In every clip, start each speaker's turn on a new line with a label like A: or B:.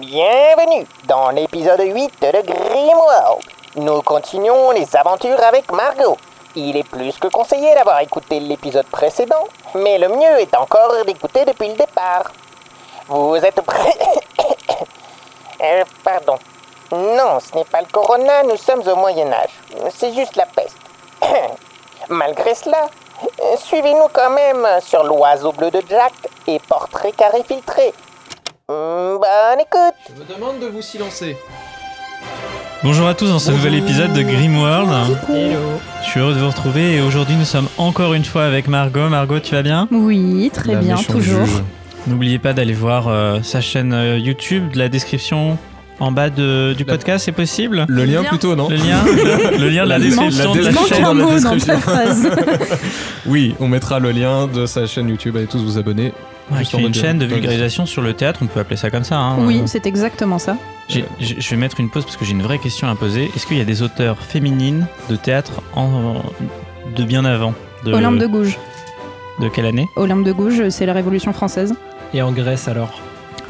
A: Bienvenue dans l'épisode 8 de Grimworld. Nous continuons les aventures avec Margot. Il est plus que conseillé d'avoir écouté l'épisode précédent, mais le mieux est encore d'écouter depuis le départ. Vous êtes prêts Euh, Pardon. Non, ce n'est pas le corona, nous sommes au Moyen Âge. C'est juste la peste. Malgré cela, euh, suivez-nous quand même sur l'oiseau bleu de Jack et portrait carré filtré. Hum, Bonne écoute
B: Je me demande de vous silencer.
C: Bonjour à tous dans ce nouvel épisode de Grimworld.
B: Hello.
C: Je suis heureux de vous retrouver et aujourd'hui nous sommes encore une fois avec Margot. Margot, tu vas bien
D: Oui, très bien, toujours.
C: N'oubliez pas d'aller voir euh, sa chaîne euh, YouTube, de la description en bas de- du
B: La-
C: podcast, c'est possible
E: Le
D: Le
E: lien
D: lien.
E: plutôt, non
C: Le lien Le lien de la
E: La-
C: description
E: la
C: de la
D: Il manque
C: chaîne.
E: dans
D: un
E: la
D: mot dans ta
E: description.
D: phrase.
E: Oui, on mettra le lien de sa chaîne YouTube. Allez tous vous abonner.
C: Ouais,
E: Juste
C: qui
E: en
C: est
E: mode
C: une
E: de-
C: chaîne de
E: dans la
C: vulgarisation sur le théâtre, on peut appeler ça comme ça. hein.
D: Oui, c'est exactement ça.
C: J'ai- j'ai- Je vais mettre une pause parce que j'ai une vraie question à poser. Est-ce qu'il y a des auteurs féminines de théâtre en- de bien avant de,
D: Olympe de Gouges.
C: de quelle année
D: Olympe de Gouges, c'est la Révolution française.
B: Et en Grèce alors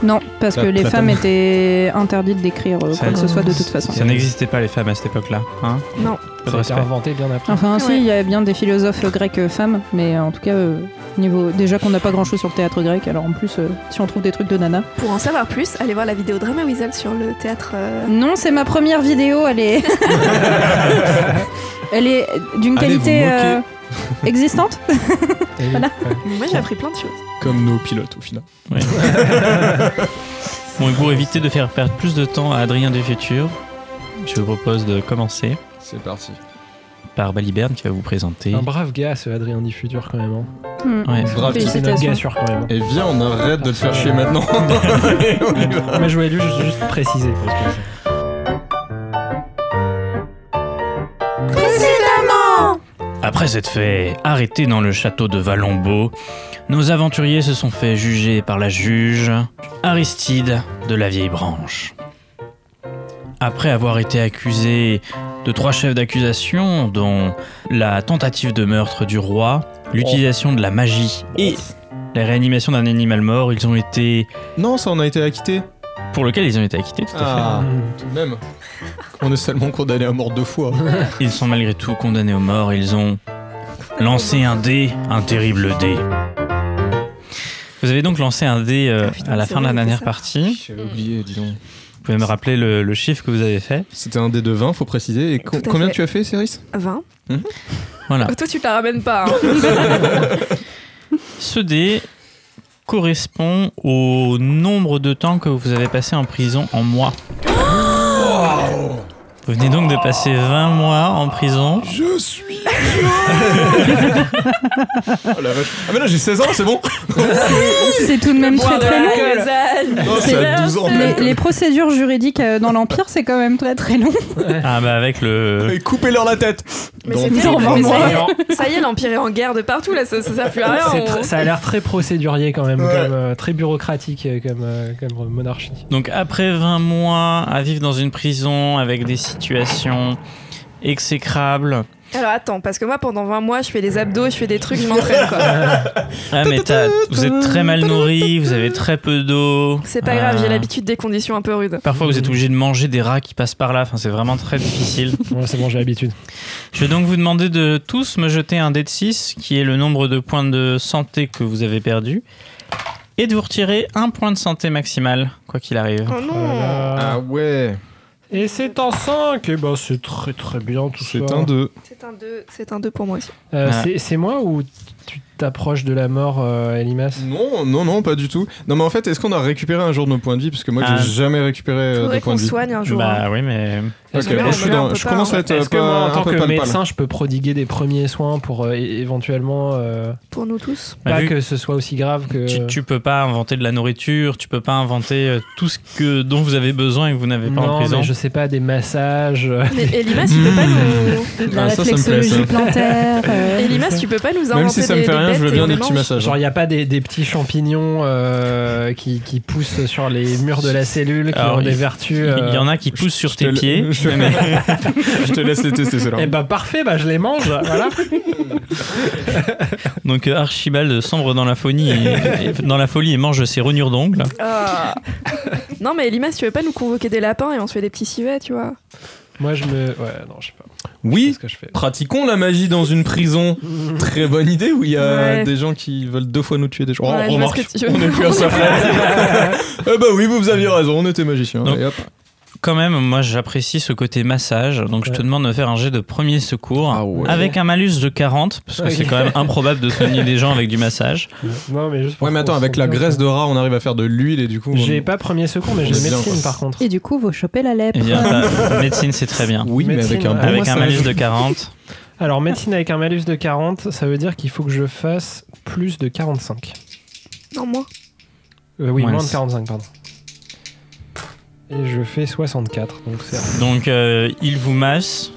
D: Non, parce
E: Pla-
D: que les
E: Platane.
D: femmes étaient interdites d'écrire euh,
C: Ça-
D: quoi que ce soit de toute façon.
C: Ça n'existait pas les femmes à cette époque-là. Hein
D: Non.
C: Peu de
B: Ça a été
C: respect.
B: inventé bien après.
D: Enfin, si,
F: Ouais.
D: il y a bien des philosophes euh, grecs euh, femmes, mais euh, en tout cas, euh, niveau déjà qu'on n'a pas grand-chose sur le théâtre grec, alors en plus, euh, si on trouve des trucs de nana.
F: Pour en savoir plus, allez voir la vidéo Drama Weasel sur le théâtre. euh,
D: Non, c'est ma première vidéo, elle est. elle est d'une
E: Allez vous
D: qualité
E: moquer.
D: euh, existante.
B: Eh oui.
D: Voilà.
B: Ouais.
F: Moi j'ai appris plein de choses.
E: Comme nos pilotes au final.
C: Bon, et pour éviter de faire perdre plus de temps à Adrien du futur, je vous propose de commencer
E: C'est parti.
C: par Baliberne qui va vous présenter.
B: Un brave gars ce Adrien Diffutur quand même. hein.
D: Hmm.
C: Ouais.
E: Bravo.
B: C'est notre
D: Félicitations.
B: gars sûr quand même.
E: Et viens, Eh on arrête de le faire chier maintenant.
B: Mais je voulais juste, juste préciser. parce que-
C: Après cette fait arrêtés dans le château de Valombo, nos aventuriers se sont fait juger par la juge Aristide de la Vieille Branche. Après avoir été accusé de trois chefs d'accusation, dont la tentative de meurtre du roi, l'utilisation de la magie et la réanimation d'un animal mort, ils ont été.
E: non, ça, on a été acquitté.
C: pour lequel ils ont été acquittés, tout à fait.
E: Ah,
B: Mm.
E: tout de même. On est seulement condamné à mort deux fois.
C: Ils sont malgré tout condamnés aux morts, ils ont lancé un dé, un terrible dé. Vous avez donc lancé un dé euh,
F: Ah, putain,
C: à la
F: c'est
C: fin de la
F: vrai, on fait
C: dernière
F: ça.
C: partie.
E: J'avais
F: Mm.
E: oublié, dis donc.
C: Vous pouvez me rappeler le, le chiffre que vous avez fait
E: C'était un dé de 20, faut préciser. Et co-
F: Tout à
E: combien
F: fait.
E: tu as fait, Céris
F: 20.
C: Voilà.
F: Ah, Toi tu te la ramènes pas. hein.
C: Ce dé correspond au nombre de temps que vous avez passé en prison en mois. Vous venez donc de passer 20 mois en prison.
E: Je suis. oh la vache. Ah, mais là, j'ai 16 ans, c'est bon
D: C'est tout de même très très long.
E: Non,
D: C'est
E: c'est à
D: là,
E: 12 ans.
D: Les,
E: mec.
D: les procédures juridiques euh, dans l'l'Empire, c'est quand même très très long.
C: Ah bah avec le...
E: Et Coupez-leur la tête
F: Mais
E: Dans
F: c'est
E: deux
F: terrible,
E: mois.
F: mais ça y est.
B: Alors,
F: Ça y est, l'Empire est en guerre de partout là, ça, ça sert plus à rien.
B: c'est
F: on-
B: tr- ça a l'air très procédurier quand même,
E: Ouais.
B: comme, euh, très bureaucratique euh, comme, euh, comme euh, monarchie.
C: Donc après 20 mois à vivre dans une prison avec des situations exécrables,
F: Alors attends, parce que moi pendant 20 mois je fais des abdos, je fais des trucs, je m'entraîne quoi.
C: Ah mais t'as- vous êtes très mal nourri, vous avez très peu d'eau.
F: C'est pas
C: Euh,
F: grave, j'ai l'habitude des conditions un peu rudes.
C: Parfois vous êtes obligé de manger des rats qui passent par là, enfin, c'est vraiment très difficile.
B: Ouais, c'est bon, j'ai l'habitude.
C: Je vais donc vous demander de tous me jeter un dé de 6, qui est le nombre de points de santé que vous avez perdu, et de vous retirer un point de santé maximal, quoi qu'il arrive.
B: Hmm.
F: Oh non
B: Voilà.
E: Ah ouais
B: Et c'est en 5 Et ben c'est très très bien tout ça.
E: C'est un 2.
F: C'est un 2, c'est un 2 pour moi aussi.
B: Euh,
C: Ah.
B: c'est- C'est moi ou tu t'approches de la mort, euh, Elimas
E: Non, non, non, pas du tout. Non, mais en fait, est-ce qu'on a récupéré un jour nos points de vie Parce que moi,
C: Ah.
E: j'ai jamais récupéré euh, de
F: Faudrait
E: points
F: qu'on
E: de vie.
F: soigne un jour. hein.
C: Bah oui mais...
E: Ok,
F: que là,
E: je,
F: on
E: suis
F: est là,
E: dans-
F: on peut
E: je
F: pas,
E: commence
F: hein.
E: à être euh,
B: Est-ce que
E: pas-
B: moi, en
E: un
B: tant
E: peu
B: que
E: palpable.
B: médecin, je peux prodiguer des premiers soins pour euh, é- éventuellement euh,
F: Pour nous tous.
C: Bah,
B: pas
C: vu-
B: que ce soit aussi grave que.
C: Tu, tu peux pas inventer de la nourriture, tu peux pas inventer euh, tout ce que, dont vous avez besoin et que vous n'avez pas en
B: non,
C: prison.
B: mais je sais pas, des massages. euh,
F: Mais Elimas, tu peux pas nous.
E: Ah, ça, ça me plaît, ça.
D: plantaire. euh,
F: Elimas, tu peux pas nous inventer
E: Même si ça me
F: des,
E: fait
F: des
E: rien, bien, je veux
F: bêtes
E: bien
F: et on
E: des
F: les
E: petits
F: mange.
E: massages.
B: Genre, il n'y a pas des, des petits champignons euh, qui, qui poussent sur les murs de la cellule, qui
C: Alors,
B: ont
C: il-
B: des vertus. euh.
C: Il y en a qui poussent sur
E: je te
C: tes
E: le-
C: pieds.
E: je-
C: mais-
E: je te laisse les tester, ceux-là.
B: Eh bah parfait, bah je les mange, voilà.
C: Donc euh, Archibald sombre dans la folie et, et- dans la folie et mange ses rognures d'ongles.
F: Ah. non, mais Limas, tu veux pas nous convoquer des lapins et on se fait des petits civets, tu vois
B: Moi je me... Ouais, non, je sais pas.
E: Oui,
B: Qu'est-ce que je fais
E: pratiquons la magie dans une prison. Très bonne idée où il y a
F: Ouais.
E: des gens qui veulent deux fois nous tuer des gens. Oh,
F: Ouais, je vois
E: remarque,
F: ce que tu veux
E: on n'est
F: dire.
E: plus à sa Eh bah oui, vous, vous aviez raison, on était magiciens.
C: Donc,
E: Et hop.
C: Quand même, moi j'apprécie ce côté massage, donc je te
B: Ouais.
C: demande de faire un jet de premier secours
E: Ah ouais.
C: avec un malus de 40, parce que
B: Ok.
C: c'est quand même improbable de soigner des gens avec du massage.
B: Non, mais juste pour
E: Ouais, mais attends,
B: qu'on
E: avec
B: se
E: la
B: sente bien,
E: graisse de rat, on arrive à faire de l'huile et du coup.
B: quoi. J'ai
E: on-
B: pas premier secours, mais j'ai
E: C'est bien,
B: médecine
E: quoi.
B: par contre.
D: Et du coup, vous chopez la lèpre.
C: Eh bien, ta médecine c'est très bien.
E: Oui, mais avec
B: Médecine,
E: un bon
B: ouais.
C: Avec un
E: massage.
C: malus de 40,
B: Alors médecine avec un malus de 40, ça veut dire qu'il faut que je fasse plus de 45.
F: Non, moi.
B: Euh, oui,
C: Ouais,
B: moins de
C: c'est-
B: 45, pardon. Et je fais 64, donc c'est...
C: donc euh, il vous masse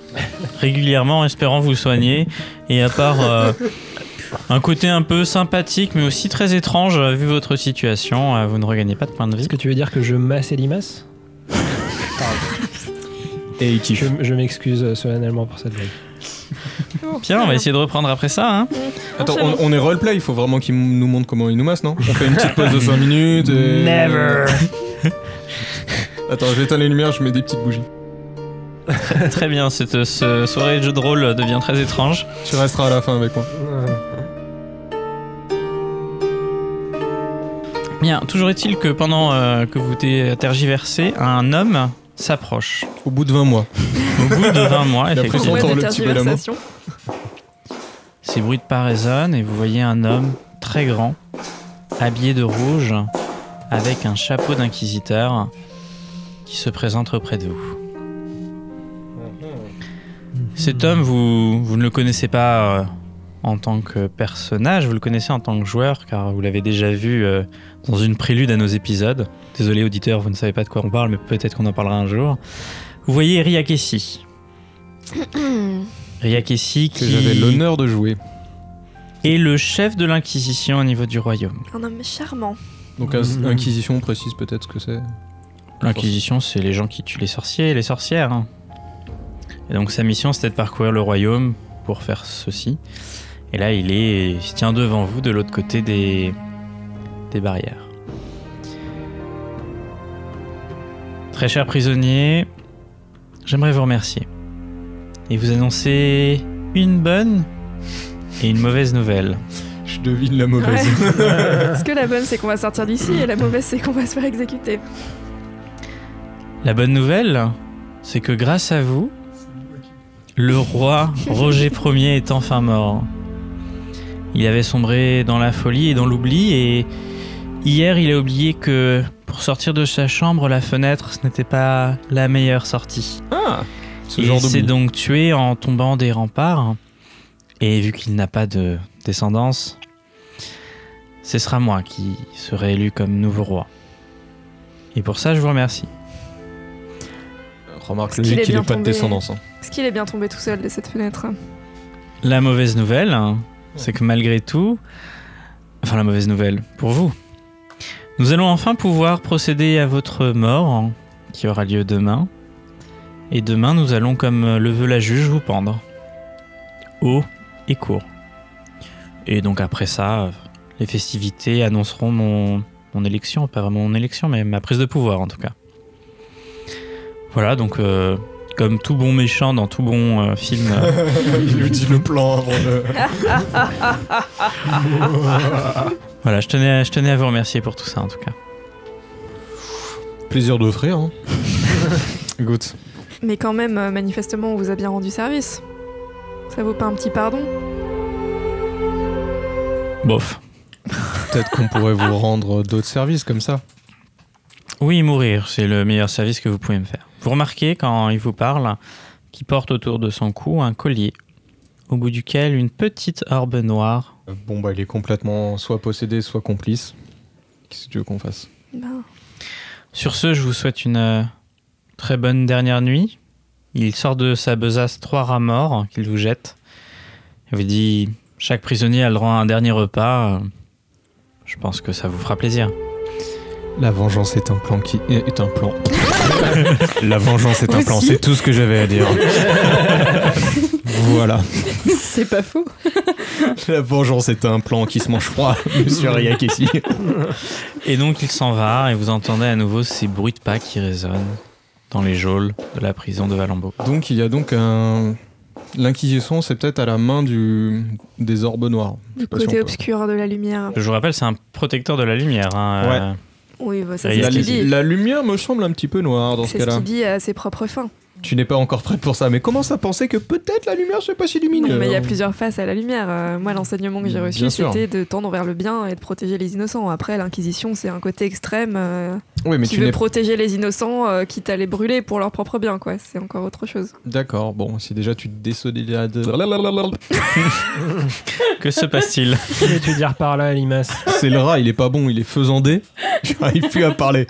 C: régulièrement en espérant vous soigner, et à part euh, un côté un peu sympathique mais aussi très étrange euh, vu votre situation, euh, vous ne regagnez pas de points de vie.
B: Est-ce que tu veux dire que je masse et limace
E: Et il kiffe.
B: Je, je m'excuse euh, solennellement pour cette blague.
C: Bien, on va essayer de reprendre après ça. Hein.
E: Attends, on, on est roleplay, il faut vraiment qu'il m- nous montre comment il nous masse, non On fait une petite pause de 5 minutes et. Attends, j'éteins les lumières, je mets des petites bougies.
C: Très bien, cette ce soirée de jeu de rôle devient très étrange.
E: Tu resteras à la fin avec moi.
B: Euh,
C: Bien, toujours est-il que pendant euh, que vous t'es tergiversé, un homme s'approche.
E: Au bout de 20 mois.
C: Au bout de 20 mois,
E: Il a pris
F: Pour
E: son J'entends
C: effectivement,
F: moi, des
E: le petit hein. bel amour.
F: tergiversations.
C: ces bruits de pas résonnent et vous voyez un homme très grand, habillé de rouge, avec un chapeau d'inquisiteur, qui se présente auprès de vous. Cet homme, vous, vous ne le connaissez pas euh, en tant que personnage, vous le connaissez en tant que joueur, car vous l'avez déjà vu euh, dans une prélude à nos épisodes. Désolé auditeur, vous ne savez pas de quoi on parle, mais peut-être qu'on en parlera un jour. Vous voyez Riakessi. Riakessi
E: Que j'avais
C: qui
E: l'honneur de jouer.
C: est le chef de l'Inquisition au niveau du royaume.
F: Un homme charmant.
E: Donc,
B: Mhm.
E: Inquisition, on précise peut-être ce que c'est.
C: L'Inquisition, c'est les gens qui tuent les sorciers et les sorcières. hein. Et donc sa mission, c'était de parcourir le royaume pour faire ceci. Et là, il, est, il se tient devant vous de l'autre côté des, des barrières. Très cher prisonnier, j'aimerais vous remercier. Et vous annoncer une bonne et une mauvaise nouvelle.
E: Je devine la mauvaise.
F: Parce que la bonne, c'est qu'on va sortir d'ici et la mauvaise, c'est qu'on va se faire exécuter.
C: La bonne nouvelle, c'est que grâce à vous, le roi Roger Ier est enfin mort. Il avait sombré dans la folie et dans l'oubli et hier il a oublié que pour sortir de sa chambre, la fenêtre, ce n'était pas la meilleure sortie.
E: Ah Ce
C: Et
E: genre
C: il
E: de
C: s'est donc tué en tombant des remparts. Et vu qu'il n'a pas de descendance, ce sera moi qui serai élu comme nouveau roi. Et pour ça, je vous remercie.
E: Remarque
F: qu'il
E: logique
F: est
E: qu'il
F: bien
E: n'ait pas de
F: tombé.
E: descendance. hein.
F: Est-ce qu'il est bien tombé tout seul de cette fenêtre
C: La mauvaise nouvelle, hein, c'est que malgré tout, enfin la mauvaise nouvelle pour vous, nous allons enfin pouvoir procéder à votre mort hein, qui aura lieu demain. Et demain, nous allons, comme le veut la juge, vous pendre. Haut et court. Et donc après ça, euh, les festivités annonceront mon, mon élection, pas vraiment mon élection, mais ma prise de pouvoir en tout cas. Voilà, donc euh, comme tout bon méchant dans tout bon euh, film... euh,
E: Il lui dit le plan avant le.
C: Voilà, je tenais, à, je tenais à vous remercier pour tout ça en tout cas.
E: Plaisir d'offrir. Hein. Écoute,
F: Mais quand même, euh, manifestement, on vous a bien rendu service. Ça vaut pas un petit pardon
C: Bof.
E: peut-être qu'on pourrait vous rendre d'autres services comme ça.
C: Oui, mourir, c'est le meilleur service que vous pouvez me faire. Vous remarquez quand il vous parle qu'il porte autour de son cou un collier, au bout duquel une petite orbe noire.
E: Euh, Bon, bah, il est complètement soit possédé, soit complice. Qu'est-ce que tu veux qu'on fasse
F: Ben,
C: Sur ce, je vous souhaite une euh, très bonne dernière nuit. Il sort de sa besace trois rats morts qu'il vous jette. Il vous dit Chaque prisonnier a le droit à un dernier repas. euh, Je pense que ça vous fera plaisir.
E: La vengeance est un plan qui est un plan. La vengeance est un
D: Aussi.
E: plan, c'est tout ce que j'avais à dire. voilà.
D: C'est pas faux.
E: La vengeance est un plan qui se mange froid, monsieur Riak ici.
C: Et donc il s'en va et vous entendez à nouveau ces bruits de pas qui résonnent dans les geôles de la prison de Valambo.
E: Donc il y a donc un l'inquisition, c'est peut-être à la main du des orbes noirs.
F: Du
E: pas si on
F: côté
E: peut.
F: obscur de la lumière.
C: Je vous rappelle, c'est un protecteur de la lumière. hein,
E: Ouais.
C: euh,
F: Oui, bah, ça,
C: Et
F: c'est
C: il y
E: La,
F: ce
C: a
F: qu'il
C: les-
F: dit.
E: la lumière me semble un petit peu noire dans ce
F: C'est ce
E: cas-là.
F: qu'il dit à ses propres fins.
E: Tu n'es pas encore prête pour ça, mais commence à penser que peut-être la lumière se passe
F: Non,
E: illuminée.
F: mais il y a plusieurs faces à la lumière. Euh, moi, l'enseignement que j'ai reçu,
E: Bien sûr.
F: c'était de tendre vers le bien et de protéger les innocents. Après, l'inquisition, c'est un côté extrême euh,
E: Oui, mais
F: qui
E: tu
F: veut
E: n'es
F: protéger les innocents, euh, quitte à les brûler pour leur propre bien, quoi. C'est encore autre chose.
E: D'accord, bon, si déjà tu te désolidarises.
C: Que se passe-t-il
B: Qu'est-ce que tu veux dire par là, Limace
E: C'est le rat, il est pas bon, il est faisandé. J'arrive plus à parler.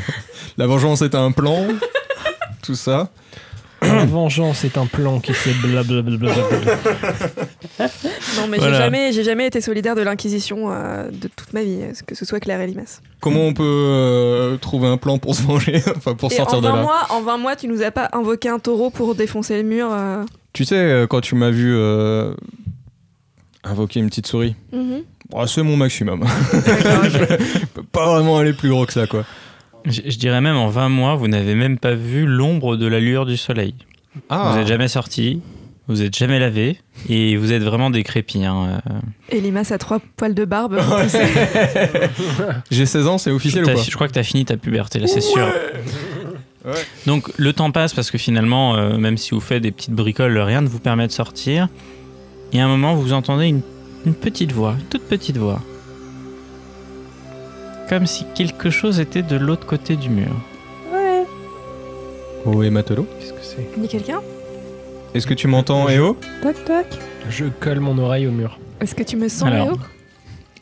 E: La vengeance est un plan. Tout ça.
B: La vengeance est un plan qui fait blablabla.
F: Non, mais
C: Voilà.
F: j'ai jamais, j'ai jamais été solidaire de l'inquisition euh, de toute ma vie, que ce soit Claire et Limas.
E: Comment on peut euh, trouver un plan pour se venger Enfin, pour
F: Et
E: sortir
F: en
E: de
F: 20
E: là.
F: mois, en 20 mois, tu nous as pas invoqué un taureau pour défoncer le mur. euh.
E: Tu sais, euh, quand tu m'as vu euh, invoquer une petite souris, bah, c'est mon maximum.
F: D'accord, ok.
E: Je peux pas vraiment aller plus gros que ça, quoi.
C: je, je dirais même en 20 mois, vous n'avez même pas vu l'ombre de la lueur du soleil.
E: Ah,
C: Vous n'êtes jamais sorti, vous n'êtes jamais lavé et vous êtes vraiment décrépit. hein, euh.
F: Et Limas a trois poils de barbe.
E: J'ai 16 ans, c'est officiel ou
C: T'as-
E: pas
C: Je crois que tu as fini ta puberté, là, c'est sûr.
E: Ouais.
C: Donc, le temps passe parce que finalement, euh, même si vous faites des petites bricoles, rien ne vous permet de sortir. Et à un moment, vous entendez une, une petite voix, une toute petite voix. Comme si quelque chose était de l'autre côté du mur.
E: Oh, et Matelot
B: Qu'est-ce que c'est
F: Ni quelqu'un
E: Est-ce que tu m'entends, Eh oh
D: Tac, tac.
B: Je colle mon oreille au mur.
F: Est-ce que tu me sens,
C: Alors.
F: Léo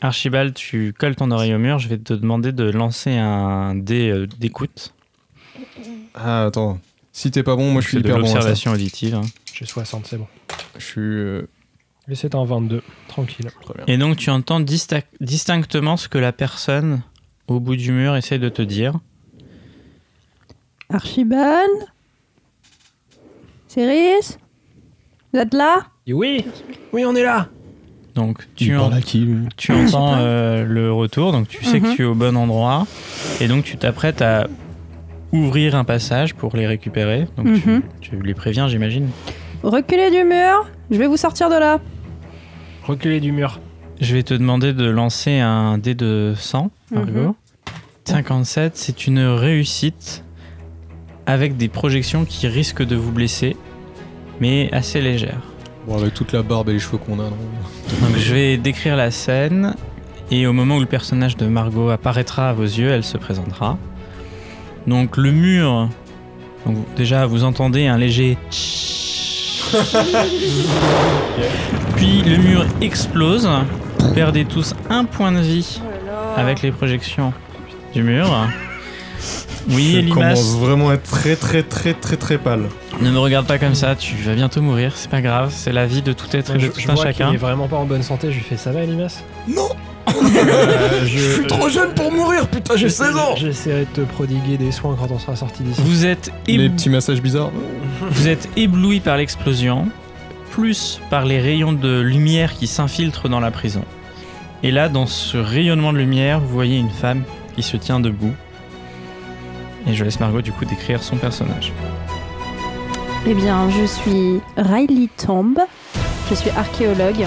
C: Archibald, tu colles ton oreille au mur, je vais te demander de lancer un dé euh, d'écoute.
E: Ah, attends. Si t'es pas bon, moi je suis
C: C'est de
E: hyper bon. à ça.
C: l'observation auditive. hein.
B: J'ai 60, c'est bon.
E: Je suis. euh,
B: Mais c'est en 22, tranquille.
E: très bien.
C: Et donc tu entends dista- distinctement ce que la personne au bout du mur essaie de te dire.
D: Archibald Cyrus Vous êtes là
B: Et oui Oui, on est là
C: Donc
E: Il
C: tu, en-
E: parle à qui lui
C: tu entends euh, le retour, donc tu sais que
D: Mhm.
C: tu es au bon endroit, et donc tu t'apprêtes à ouvrir un passage pour les récupérer. Donc tu-
D: Mhm.
C: tu, les préviens, j'imagine.
D: Reculez du mur, je vais vous sortir de là.
B: Reculez du mur.
C: Je vais te demander de lancer un dé de 100, Margot.
D: Mhm.
C: 57, c'est une réussite avec des projections qui risquent de vous blesser, mais assez légères.
E: Bon, avec toute la barbe et les cheveux qu'on a, non
C: Donc, je vais décrire la scène et au moment où le personnage de Margot apparaîtra à vos yeux, elle se présentera. Donc le mur, donc, déjà vous entendez un léger puis le mur explose, vous perdez tous un point de vie avec les projections du mur. Oui,
E: Je commence
C: Elimas,
E: vraiment à être très, très, très, très, très pâle.
C: ne me regarde pas comme ça, tu vas bientôt mourir, c'est pas grave, c'est la vie de tout être et de
B: je,
C: tout
B: je
C: un
B: vois qu'il
C: chacun.
B: est vraiment pas en bonne santé, je lui fais ça va, Limace
E: Non
B: Euh, Je
E: jeune pour mourir, putain,
B: je- J'essaierai de te prodiguer des soins quand on sera sorti d'ici.
C: Vous êtes
E: Les
C: ébloui.
E: petits massages bizarres.
C: Vous êtes ébloui par l'explosion, plus par les rayons de lumière qui s'infiltrent dans la prison. Et là, dans ce rayonnement de lumière, vous voyez une femme qui se tient debout. Et je laisse Margot du coup décrire son personnage.
D: Eh bien, je suis Riley Tombe. Je suis archéologue.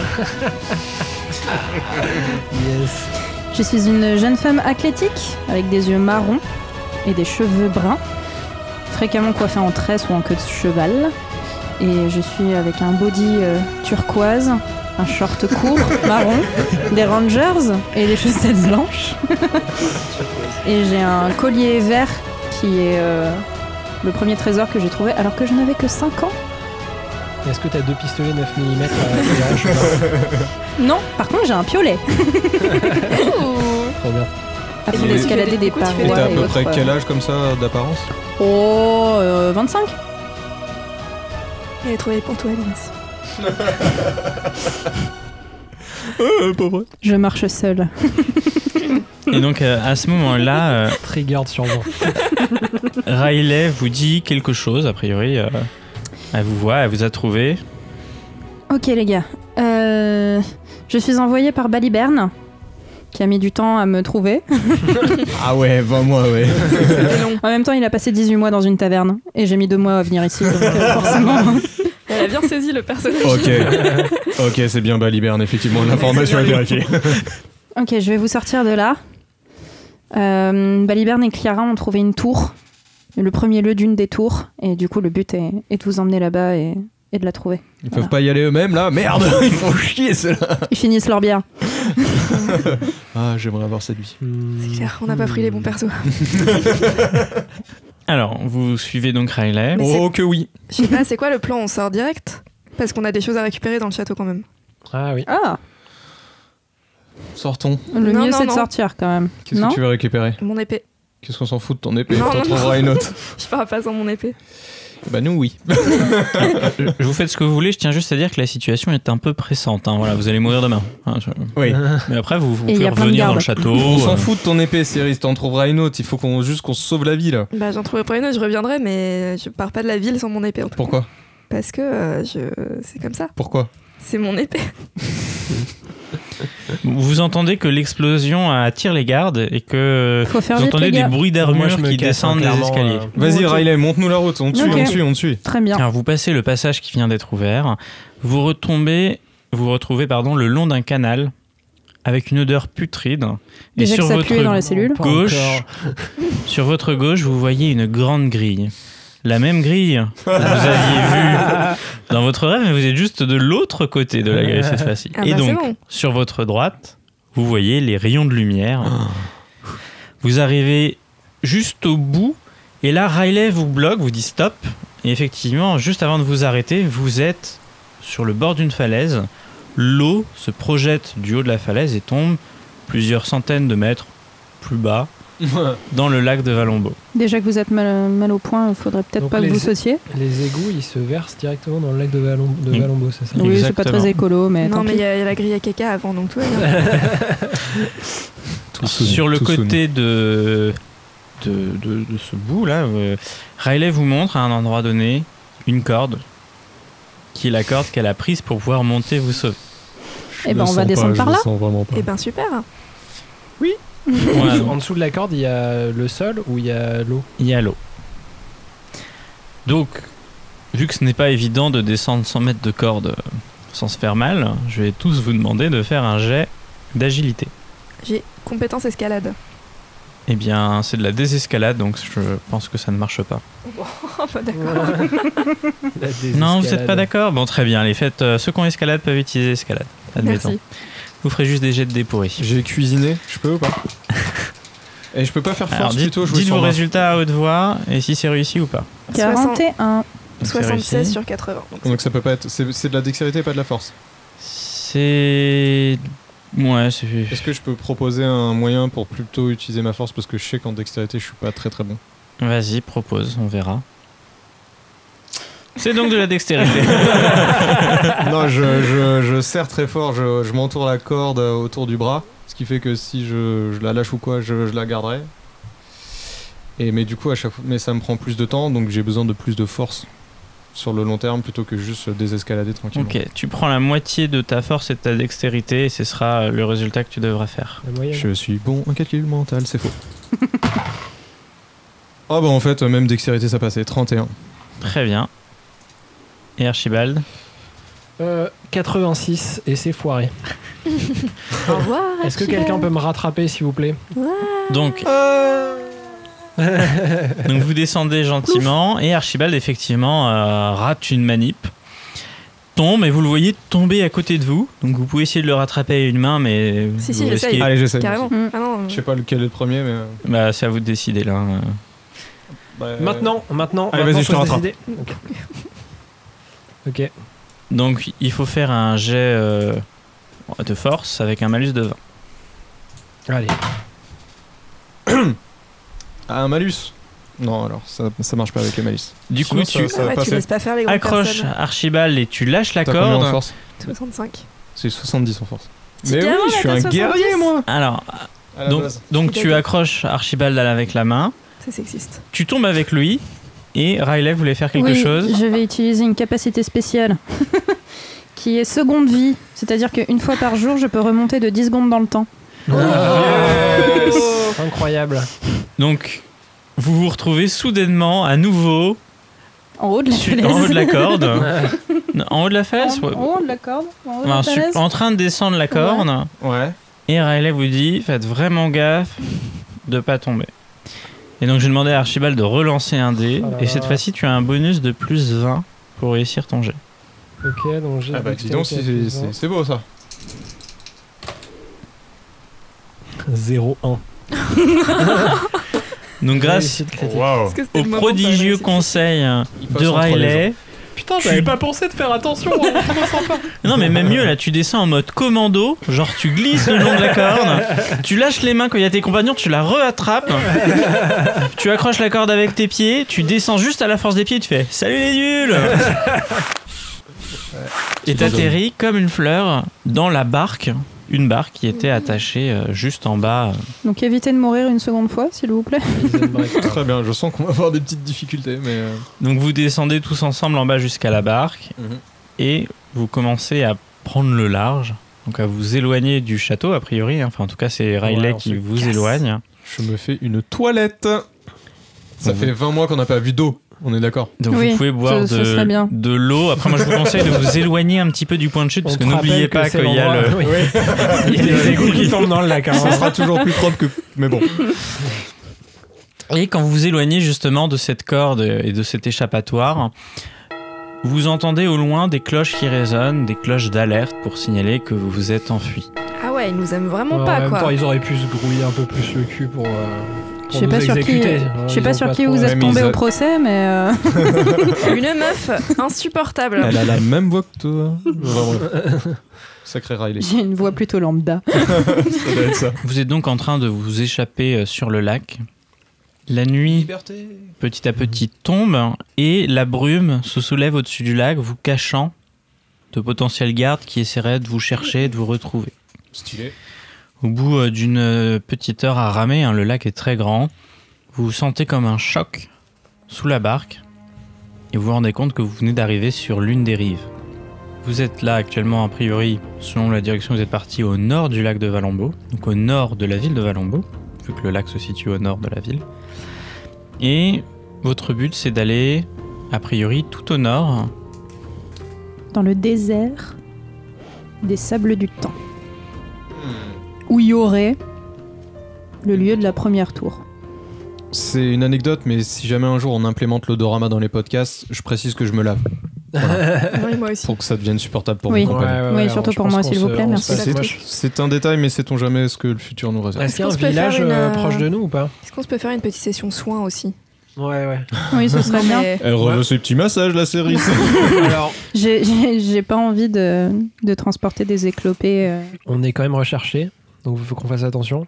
B: Yes.
D: Je suis une jeune femme athlétique, avec des yeux marrons et des cheveux bruns, fréquemment coiffée en tresse ou en queue de cheval. Et je suis avec un body euh, turquoise, un short court marron, des rangers et des chaussettes blanches. et j'ai un collier vert qui est euh, le premier trésor que j'ai trouvé alors que je n'avais que 5 ans.
B: Est-ce que t'as deux pistolets 9 mm à la je sais
D: Non, par contre j'ai un piolet.
B: pas, Trop bien.
D: Afin
E: Et-
D: d'escalader des
F: du coup, tu fais
E: Et
D: parois.
E: t'as à
D: et
E: peu
D: autres,
E: près
D: euh,
E: quel âge comme ça d'apparence
D: Oh, euh, 25
F: Il est trouvé pour toi, Limas.
E: Euh, pas vrai.
D: Je marche seule.
C: Et donc euh, à ce moment-là, euh,
B: Triggered sur moi.
C: Riley vous dit quelque chose, a priori. euh, elle vous voit, elle vous a trouvé.
D: Ok les gars, Euh, je suis envoyée par Baliberne, qui a mis du temps à me trouver.
E: Ah ouais, 20 mois, ouais.
F: C'était long.
D: En même temps, il a passé 18 mois dans une taverne, et j'ai mis deux mois à venir ici, donc euh, forcément.
F: Elle a bien saisi le personnage.
E: Ok. ok, c'est bien Baliberne, effectivement, l'information est vérifiée.
D: Ok, je vais vous sortir de là. Euh, Baliberne et Clara ont trouvé une tour, le premier lieu d'une des tours, et du coup le but est, est de vous emmener là-bas et, et de la trouver.
E: Ils peuvent pas y aller eux-mêmes, là Merde, ils font chier, ceux-là.
D: Ils finissent leur bière.
E: Ah, j'aimerais avoir séduit.
B: Hmm.
F: C'est clair, on n'a pas pris les bons persos.
C: Alors, vous suivez donc Riley.
F: Mais
E: Oh, que oui.
F: Je sais pas, c'est quoi le plan On sort direct Parce qu'on a des choses à récupérer dans le château quand même.
B: Ah oui.
D: Ah,
E: Sortons.
D: le
F: Non,
D: mieux
F: non,
D: c'est de
F: non.
D: sortir quand même.
E: Qu'est-ce
D: non
E: que tu veux récupérer
F: Mon épée.
E: Qu'est-ce qu'on s'en fout de ton épée
F: Non,
E: T'en
F: non,
E: trouveras
F: non.
E: une autre.
F: Je pars pas sans mon épée.
E: Bah, nous, oui.
C: Je je vous faites ce que vous voulez, je tiens juste à dire que la situation est un peu pressante. hein, Voilà, vous allez mourir demain. hein, je-
E: Oui.
C: Mais après, vous, vous
D: Et il y
C: pouvez
D: a plein de
C: revenir dans
D: gardes.
C: le château.
E: On
C: euh,
E: s'en fout de ton épée, Céris, t'en trouveras une autre. Il faut qu'on juste qu'on se sauve la vie, là.
F: Bah j'en trouverai pas une autre, je reviendrai, mais je pars pas de la ville sans mon épée. en tout cas.
E: Pourquoi
F: Parce que euh, je... c'est comme ça.
E: Pourquoi
F: C'est mon épée.
C: Vous entendez que l'explosion attire les gardes et que
D: Faut faire
C: vous
D: vite
C: entendez
D: les
C: des
D: gars.
C: bruits
B: Moi, je
C: d'armure
B: me
C: qui
B: casse,
C: descendent
B: hein,
C: des
B: clairement,
C: escaliers.
B: euh,
E: Vas-y,
D: Ok.
E: Riley, monte-nous la route. On tue,
D: Ok.
E: on tue, on tue.
D: Très bien.
C: Alors vous passez le passage qui vient d'être ouvert, vous retombez, vous retrouvez pardon le long d'un canal avec une odeur putride et
D: Déjà
C: sur
D: que ça
C: votre
D: puait dans la cellule.
B: Pas
C: gauche,
B: encore.
C: sur votre gauche vous voyez une grande grille. La même grille que vous aviez vue dans votre rêve, mais vous êtes juste de l'autre côté de la grille cette fois-ci.
F: Ah
C: et
F: bah, c'est
C: donc,
F: bon.
C: sur votre droite, vous voyez les rayons de lumière. Vous arrivez juste au bout, et là, Riley vous bloque, vous dit stop. Et effectivement, juste avant de vous arrêter, vous êtes sur le bord d'une falaise. L'eau se projette du haut de la falaise et tombe plusieurs centaines de mètres plus bas dans le lac de Valombo.
D: Déjà que vous êtes mal, mal au point, faudrait peut-être
B: Donc
D: pas que
B: les-
D: vous sautiez.
B: euh, Les égouts, ils se versent directement dans le lac de, Valom- de
C: Oui.
B: Valombo, c'est ça
C: Mm. Oui.
D: Oui, c'est pas
C: Exactement.
D: très écolo, mais
F: non,
D: tant
F: mais il
D: pis.
F: y, a il y a la grille à caca avant, donc tout va bien.
C: Sur le côté de, de, de- de ce bout là, euh, Riley vous montre à un endroit donné une corde qui est la corde qu'elle a prise pour pouvoir monter vous sauver.
D: Eh ben, on va descendre par là. Eh
F: Et ben super.
C: Voilà,
B: En dessous de la corde, il y a le sol ou il y a l'eau
C: il y a l'eau. Donc, vu que ce n'est pas évident de descendre 100 mètres de corde euh, sans se faire mal, je vais tous vous demander de faire un jet d'agilité.
F: J'ai compétence escalade.
C: Eh bien, c'est de la désescalade, donc je pense que ça ne marche pas.
F: Oh bah d'accord.
C: Non, vous n'êtes pas d'accord Bon, très bien, les fêtes, euh, ceux qui ont escalade peuvent utiliser escalade. Admettons.
F: Merci.
C: Vous ferez juste des jets de dés pourris.
E: J'ai cuisiné, je peux ou pas Et je peux pas faire force
C: Alors, dites,
E: plutôt, je
C: dites vos résultats à haute voix et si c'est réussi ou pas.
D: 41.
C: Donc, c'est
F: 76
C: réussi.
F: sur 80. donc c'est-
E: Donc ça peut pas être. C'est c'est de la dextérité, pas de la force.
C: C'est. Ouais, c'est.
E: Est-ce que je peux proposer un moyen pour plutôt utiliser ma force Parce que je sais qu'en dextérité, je suis pas très très bon.
C: Vas-y, propose, on verra. C'est donc de la dextérité.
E: non, je, je, je serre très fort, je, je m'entoure la corde euh, autour du bras, ce qui fait que si je, je la lâche ou quoi, je, je la garderai. Et mais du coup, à chaque fois, mais ça me prend plus de temps, donc j'ai besoin de plus de force sur le long terme plutôt que juste désescalader tranquillement.
C: ok, tu prends la moitié de ta force et de ta dextérité et ce sera le résultat que tu devras faire.
E: Je suis bon en calcul mental, c'est faux. Ah bah en fait, même dextérité ça passait, 31.
C: Très bien. Et Archibald
B: Euh, 86 et c'est foiré.
F: Au revoir.
B: Est-ce que
F: Akira.
B: quelqu'un peut me rattraper, s'il vous plaît
C: Donc,
F: Euh.
C: donc vous descendez gentiment et Archibald effectivement euh, rate une manip, tombe et vous le voyez tomber à côté de vous. Donc vous pouvez essayer de le rattraper à une main, mais
F: Si,
C: vous
F: si, j'essaye.
C: risquez-
E: Allez, j'essaie.
F: Carrément.
D: Mm.
F: Ah non.
E: Je sais pas lequel est le premier, mais. euh,
C: Bah, c'est à vous de décider là. hein.
E: bah, euh,
B: Maintenant, maintenant.
E: Allez,
B: maintenant,
E: vas-y, je
B: faut
E: te
B: se
E: rattrape.
B: décider. Ok. Ok.
C: Donc il faut faire un jet euh, de force avec un malus de 20.
B: Allez.
E: Ah, un malus Non, alors ça, ça marche pas avec les malus.
C: Du
E: Sinon,
C: coup,
E: ça-
C: tu
E: ça
F: Ah
E: va
F: ouais, tu
E: passer.
F: laisses pas faire les grandes
C: accroches
F: personnes.
C: Archibald et tu lâches la
E: T'as combien en
C: corde.
E: force
F: 65.
E: C'est 70 en force.
D: Petit
E: Mais oui,
D: gamin,
E: je suis un
D: 1m70.
E: guerrier, moi
C: Alors, donc, donc tu accroches Archibald avec la main,
F: C'est sexiste.
C: tu tombes avec lui, et Riley voulait faire quelque
D: Oui,
C: chose.
D: Je vais utiliser une capacité spéciale qui est seconde vie. C'est-à-dire qu'une fois par jour, je peux remonter de 10 secondes dans le temps.
B: Oh. Ah, bah
E: Ah,
B: Incroyable.
C: Donc, vous vous retrouvez soudainement à nouveau
D: En haut de la
C: su-
D: falaise.
C: en haut de la corde.
B: Ah,
C: en haut de la falaise
D: En,
C: ouais.
D: en haut de la corde. En haut de
C: Enfin,
D: la
C: su-
D: falaise.
C: En train de descendre la corde.
E: Ouais.
C: Et Riley vous dit, faites vraiment gaffe de pas tomber. Et donc j'ai demandé à Archibald de relancer un dé.
B: Oh là
C: et
B: là.
C: cette fois-ci, tu as un bonus de plus 20 pour réussir ton jet.
B: ok, donc j'ai.
E: Ah bah dis donc, si, c'est- c'est c'est beau ça.
B: 0-1.
C: Donc grâce
B: Réussite critique.
E: Waouh.
F: que c'était
C: au
F: le moment
C: prodigieux
F: de parler,
C: conseil
E: Il passe
C: de
E: entre les
C: Riley...
B: Putain,
C: j'avais
B: pas pensé de faire attention. hein. sympa.
C: Non mais même mieux, là tu descends en mode commando, genre tu glisses le long de la corde, tu lâches les mains quand il y a tes compagnons, tu la re-attrapes, tu accroches la corde avec tes pieds, tu descends juste à la force des pieds, tu fais « Salut les nuls !» Et t'atterris comme une fleur dans la barque, une barque qui était attachée euh, juste en bas.
D: Donc évitez de mourir une seconde fois, s'il vous plaît.
E: Très bien, je sens qu'on va avoir des petites difficultés, mais. euh,
C: Donc vous descendez tous ensemble en bas jusqu'à la barque
E: Mhm.
C: et vous commencez à prendre le large, donc à vous éloigner du château a priori, hein. enfin en tout cas c'est Riley
B: Ouais, on
C: qui
B: se
C: vous éloigne.
E: Je me fais une toilette Ça
C: On
E: fait 20 mois qu'on n'a pas vu d'eau, on est d'accord.
C: Donc
D: Oui,
C: vous pouvez boire
D: ce- ce serait
C: de,
D: bien.
C: de l'eau. Après, moi, je vous conseille de vous éloigner un petit peu du point de chute parce que n'oubliez pas qu'il y a le.
B: Il y a les égouts qui tombent dans le lac. hein.
E: Ça sera toujours plus propre que. Mais bon.
C: Et quand vous vous éloignez justement de cette corde et de cet échappatoire, vous entendez au loin des cloches qui résonnent, des cloches d'alerte pour signaler que vous vous êtes enfui.
F: Ah ouais, ils nous aiment vraiment
B: Ouais, en
F: pas
B: même
F: quoi.
B: temps, ils auraient pu se grouiller un peu plus le cul pour. euh, pour
D: Je sais
B: nous
D: pas sur qui, euh,
B: exécuter.
D: je
B: Ils
D: sais
B: ont
D: pas sur qui
B: trop-
D: vous êtes
E: Même
D: tombé
E: ils
D: au
E: a-
D: procès, mais euh,
F: Une meuf insupportable.
E: Elle a la même voix que toi. Sacré Riley.
D: j'ai une voix plutôt lambda.
E: Ça doit être ça.
C: Vous êtes donc en train de vous échapper euh, sur le lac. La nuit,
E: Liberté.
C: petit à petit, tombe et la brume se soulève au-dessus du lac, vous cachant de potentiels gardes qui essaieraient de vous chercher et de vous retrouver.
E: Stylé.
C: Au bout euh, d'une euh, petite heure à ramer, hein, le lac est très grand, vous vous sentez comme un choc sous la barque et vous vous rendez compte que vous venez d'arriver sur l'une des rives. Vous êtes là actuellement, a priori, selon la direction où vous êtes parti, au nord du lac de Valombo, donc au nord de la ville de Valombo, vu que le lac se situe au nord de la ville. Et votre but, c'est d'aller, a priori, tout au nord,
D: Dans le désert des sables du temps, où il y aurait le lieu de la première tour.
E: C'est une anecdote, mais si jamais un jour on implémente l'odorama dans les podcasts, je précise que je me lave
F: Oui, moi aussi.
E: pour que ça devienne supportable pour
D: Oui.
E: mon
B: Ouais,
E: compagnon.
B: ouais,
D: Oui,
B: ouais,
D: surtout
B: je
D: pour
B: pense
D: moi,
B: qu'on
D: s'il
B: se-
D: vous plaît,
B: on se
D: merci.
B: passe-
F: C'est
B: moi,
F: tout.
B: je-
E: C'est un détail, mais sait-on jamais ce que le futur nous réserve.
B: Est-ce qu'il y a
F: qu'on
B: un
F: se peut faire
B: village
F: une,
B: euh,
F: euh,
B: proche de nous ou pas
F: Est-ce qu'on se peut faire une petite session soin aussi
B: Ouais, ouais.
D: Oui, ce serait bien.
F: mais-
E: Elle reveut ses petits massages, la série.
B: Alors,
D: J'ai- J'ai j'ai pas envie de, de transporter des éclopés. euh.
B: on est quand même recherché, donc il faut qu'on fasse attention.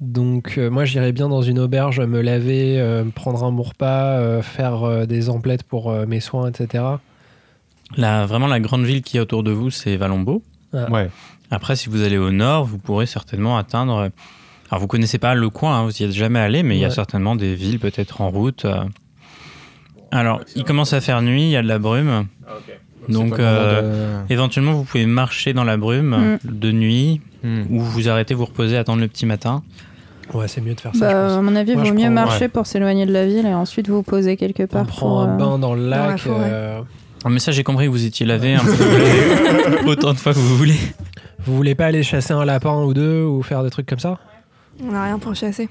B: Donc euh, moi j'irais bien dans une auberge, me laver, euh, prendre un bon repas, euh, faire euh, des emplettes pour euh, mes soins, etc.
C: la, vraiment la grande ville qui est autour de vous, c'est Valombo.
E: ouais.
C: Après, si vous allez au nord, vous pourrez certainement atteindre. euh, Alors, vous connaissez pas le coin, hein, vous y êtes jamais allé, mais il y a
B: Ouais.
C: certainement des villes peut-être en route. euh. Alors,
E: Ah, bah,
C: il commence à faire nuit, il y a de la brume. Donc, euh, éventuellement, vous pouvez marcher dans la brume de nuit
E: euh, hmm.
C: ou vous arrêter, vous reposer, attendre le petit matin.
B: Ouais c'est mieux de faire ça. je
D: Bah,
B: pense.
D: à mon avis,
B: Moi,
D: vaut
B: je
D: mieux
B: prends-
D: marcher pour s'éloigner de la ville et ensuite vous poser quelque part.
B: On prend
D: pour,
B: un
D: euh,
B: bain dans le
F: la
B: lac.
F: forêt.
B: euh,
C: Ah, Mais ça, j'ai compris que vous étiez lavé un peu, vous lavez autant de fois que vous voulez.
B: vous voulez pas aller chasser un lapin ou deux ou faire des trucs comme ça
F: On a rien pour chasser.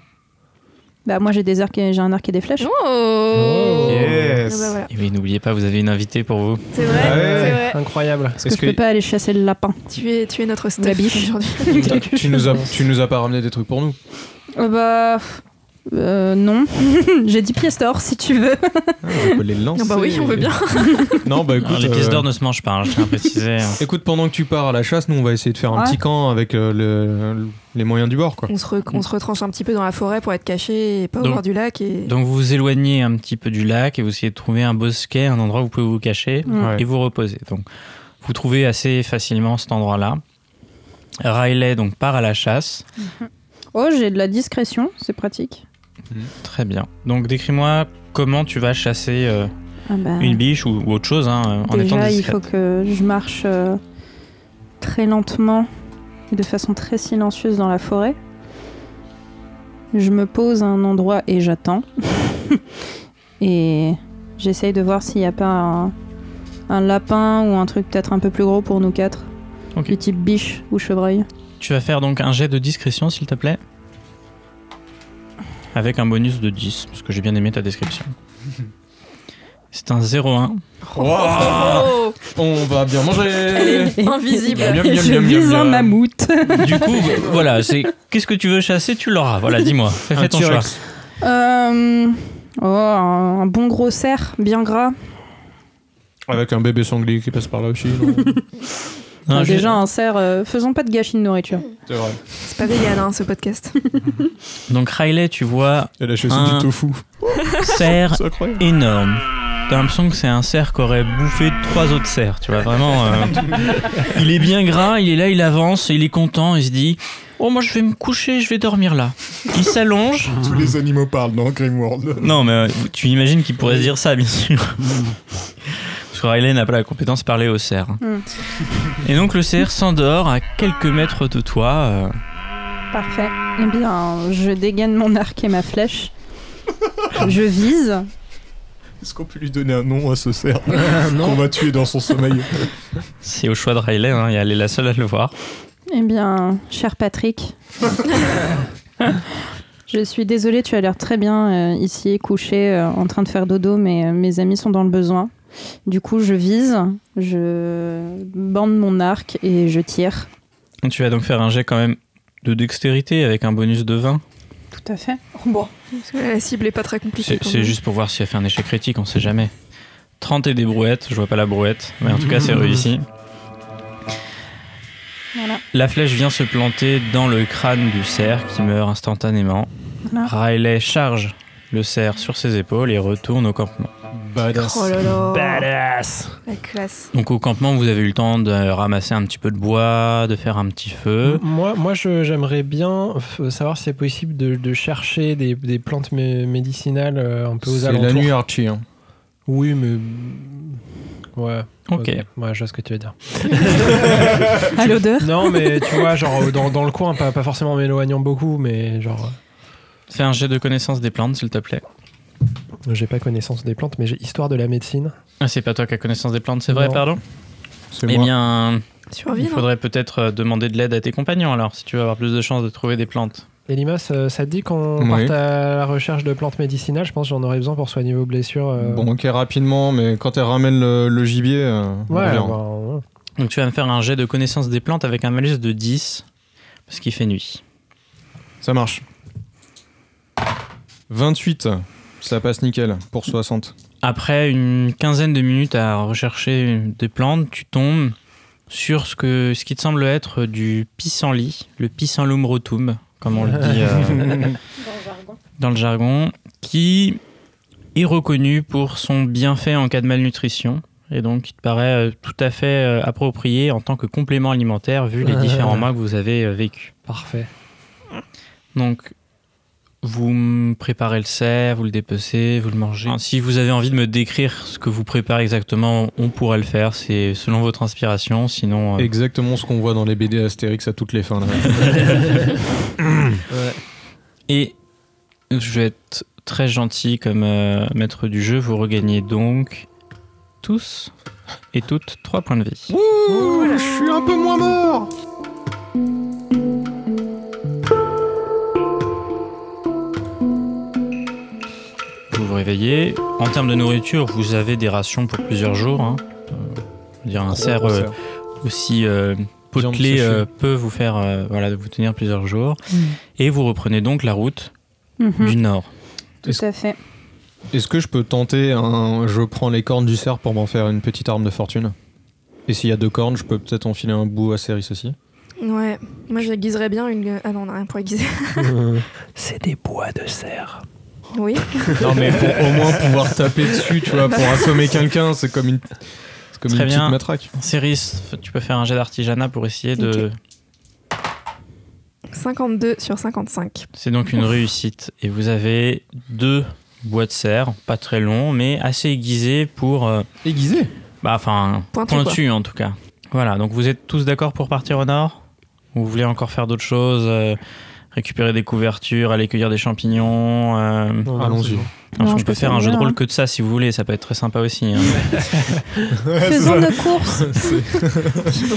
D: Bah, moi, j'ai des arcs et j'ai un arc et des flèches.
F: Oh Ah
E: Yes.
F: bah voilà.
C: Et oui, n'oubliez pas, vous avez une invitée pour vous.
F: C'est vrai,
E: Ah ouais.
F: c'est vrai.
B: Incroyable.
D: Parce que,
E: Est-ce
D: je peux
E: que
D: pas aller chasser le lapin.
F: Tu es, tu es notre
D: La
F: stuff
D: biche.
F: aujourd'hui.
E: tu nous, as, tu nous as pas ramené des trucs pour nous
D: Euh, bah. euh, non. j'ai 10 pièces d'or si tu veux.
E: On peut les lancer.
F: Ah bah oui, on veut bien.
E: Non, bah écoute.
C: Alors, les pièces
E: euh,
C: d'or ne se mangent pas, hein, je tiens à préciser. hein.
E: Écoute, pendant que tu pars à la chasse, nous on va essayer de faire un
D: Ouais.
E: petit camp avec euh, le- le- les moyens du bord, quoi.
F: On se, re- on se retranche un petit peu dans la forêt pour être caché et pas au
C: Donc-
F: bord du lac. Et...
C: Donc vous vous éloignez un petit peu du lac et vous essayez de trouver un bosquet, un endroit où vous pouvez vous cacher
D: Mm.
E: Ouais.
C: et vous reposer. Donc vous trouvez assez facilement cet endroit-là. Riley donc part à la chasse.
D: Oh, j'ai de la discrétion, c'est pratique.
C: Très bien. Donc décris-moi comment tu vas chasser euh,
D: Ah bah,
C: une biche ou, ou autre chose hein, en étant
D: déjà, il
C: discrète.
D: faut que je marche euh, très lentement et de façon très silencieuse dans la forêt. Je me pose à un endroit et j'attends. et j'essaye de voir s'il n'y a pas un, un lapin ou un truc peut-être un peu plus gros pour nous quatre.
C: Ok.
D: Du type biche ou chevreuil.
C: Tu vas faire donc un jet de discrétion s'il te plaît. Avec un bonus de 10 parce que j'ai bien aimé ta description. C'est un 0-1.
E: Ouah,
F: Oh
E: On va bien manger
F: Invisible.
E: Miam, miam,
D: je
E: miam, miam,
D: vise un
E: miam.
D: mammouth.
C: Du coup, voilà, c'est qu'est-ce que tu veux chasser, tu l'auras. Voilà, dis-moi. Fais, fais
E: Un
C: ton choix.
E: T-Rex.
D: Euh, oh, un un bon gros cerf, bien gras.
E: Avec un bébé sanglier qui passe par là aussi. non
C: Non,
D: Ah,
C: juste-
D: déjà, un cerf, euh, faisons pas de gâchis de nourriture.
E: C'est vrai.
F: C'est pas vegan, hein, ce podcast.
C: Donc Riley, tu vois
E: Elle a chassé
C: Un-
E: du tofu.
C: cerf
E: C'est incroyable.
C: énorme. T'as l'impression que c'est un cerf qui aurait bouffé trois autres cerfs, tu vois, vraiment. euh, il est bien gras, il est là, il avance, il est content, il se dit Oh, moi je vais me coucher, je vais dormir là. Il s'allonge.
E: Tous les animaux parlent dans Grimworld.
C: Non, mais euh, tu imagines qu'il pourrait se dire ça, bien sûr. Parce que Riley n'a pas la compétence de parler au cerf.
D: Mm.
C: Et donc le cerf s'endort à quelques mètres de toi. euh,
D: Parfait. Eh bien, je dégaine mon arc et ma flèche. Je vise.
E: Est-ce qu'on peut lui donner un nom à ce cerf qu'on
B: non.
E: va tuer dans son sommeil
C: C'est au choix de Riley, hein, et elle est la seule à le voir.
D: Eh bien, cher Patrick, je suis désolée, tu as l'air très bien euh, ici, couché, euh, en train de faire dodo, mais euh, mes amis sont dans le besoin. Du coup, je vise, je bande mon arc et je tire.
C: Tu vas donc faire un jet quand même de dextérité avec un bonus de 20.
D: Tout à fait.
F: Parce que la cible est pas très compliquée.
C: C'est
F: pour
C: c'est
F: nous.
C: juste pour voir si elle fait un échec critique, on sait jamais. 30 et des brouettes, je vois pas la brouette, mais en tout cas c'est réussi.
D: Voilà.
C: La flèche vient se planter dans le crâne du cerf qui meurt instantanément.
D: Voilà.
C: Riley charge le cerf sur ses épaules et retourne au campement.
E: Badass.
F: Oh là là.
B: Badass
F: La classe.
C: Donc au campement, vous avez eu le temps de ramasser un petit peu de bois, de faire un petit feu.
B: Moi, moi je- j'aimerais bien f- savoir si c'est possible de, de chercher des, des plantes mé- médicinales euh, un peu aux
E: C'est
B: alentours.
E: la nuit Archie. hein.
B: Oui, mais. Ouais.
C: Ok.
B: Ouais, je vois ce que tu veux dire.
D: À l'odeur
B: Non, mais tu vois, genre dans, dans le coin, pas, pas forcément en m'éloignant beaucoup, mais genre.
C: Fais un jet de connaissance des plantes, s'il te plaît.
B: euh, J'ai pas connaissance des plantes, mais j'ai histoire de la médecine.
C: Ah, c'est pas toi qui as connaissance des plantes, c'est vrai,
B: Non.
C: pardon
E: C'est
C: Eh
E: moi.
C: bien,
F: Survie,
C: il
F: non
C: faudrait peut-être euh, demander de l'aide à tes compagnons alors, si tu veux avoir plus de chances de trouver des plantes.
B: Elimas, euh, ça te dit qu'on
E: Oui.
B: parte à la recherche de plantes médicinales Je pense que j'en aurais besoin pour soigner vos blessures. euh,
E: Bon, ok, rapidement, mais quand elle ramène le, le gibier, euh, on
B: Ouais,
E: revient.
B: bah, ouais.
C: Donc tu vas me faire un jet de connaissance des plantes avec un malus de 10, parce qu'il fait nuit.
E: ça marche. 28, ça passe nickel pour 60.
C: Après une quinzaine de minutes à rechercher des plantes, tu tombes sur ce, que, ce qui te semble être du pissenlit, le pissenlum rotum, comme on le dit euh, dans le jargon, qui est reconnu pour son bienfait en cas de malnutrition. Et donc, il te paraît euh, tout à fait euh, approprié en tant que complément alimentaire, vu les
B: Ouais.
C: différents mois que vous avez euh, vécu.
B: Parfait.
C: Donc, vous me préparez le cerf, vous le dépecez, vous le mangez. Si vous avez envie de me décrire ce que vous préparez exactement, on pourrait le faire. C'est selon votre inspiration. Sinon, euh,
E: Exactement ce qu'on voit dans les BD Astérix à toutes les fins. là.
C: Et je vais être très gentil comme euh, maître du jeu. Vous regagnez donc tous et toutes 3 points de vie.
E: je suis un peu moins mort
C: Vous vous réveillez. En termes de nourriture, vous avez des rations pour plusieurs jours. hein. Euh, je veux dire, un cerf euh, aussi euh, potelé
E: séchée.
C: euh, peut vous faire euh, voilà, vous tenir plusieurs jours. Et vous reprenez donc la route
D: Mhm,
C: du nord.
D: Tout à fait.
E: Est-ce que je peux tenter un je prends les cornes du cerf pour m'en faire une petite arme de fortune Et s'il y a deux cornes, je peux peut-être enfiler un bout à Céris aussi.
F: Ouais. Moi, j'aiguiserais bien une. Ah non, on a rien pour aiguiser.
E: Euh.
B: C'est des bois de serre.
F: Oui.
E: Non mais pour au moins pouvoir taper dessus, tu vois, pour assommer quelqu'un, c'est comme une, c'est comme
C: Très
E: une
C: bien.
E: petite matraque.
C: Céris, tu peux faire un jet d'artisanat pour essayer de
F: 52 sur 55.
C: C'est donc une réussite. Et vous avez deux bois de serre, pas très longs, mais assez aiguisés pour. euh,
E: Aiguisé
C: bah, enfin,
F: Pointu, quoi.
C: pointus en tout cas. Voilà, donc vous êtes tous d'accord pour partir au nord Ou vous voulez encore faire d'autres choses euh, Récupérer des couvertures, aller cueillir des champignons euh,
B: Non, non,
E: Ah, Allons-y.
C: Alors,
D: Non,
C: on
D: je
C: peut
D: pense
C: faire
D: qu'on
C: un jeu de
D: verra,
C: rôle
D: hein.
C: que de ça si vous voulez, ça peut être très sympa aussi. hein.
D: Faisons nos courses.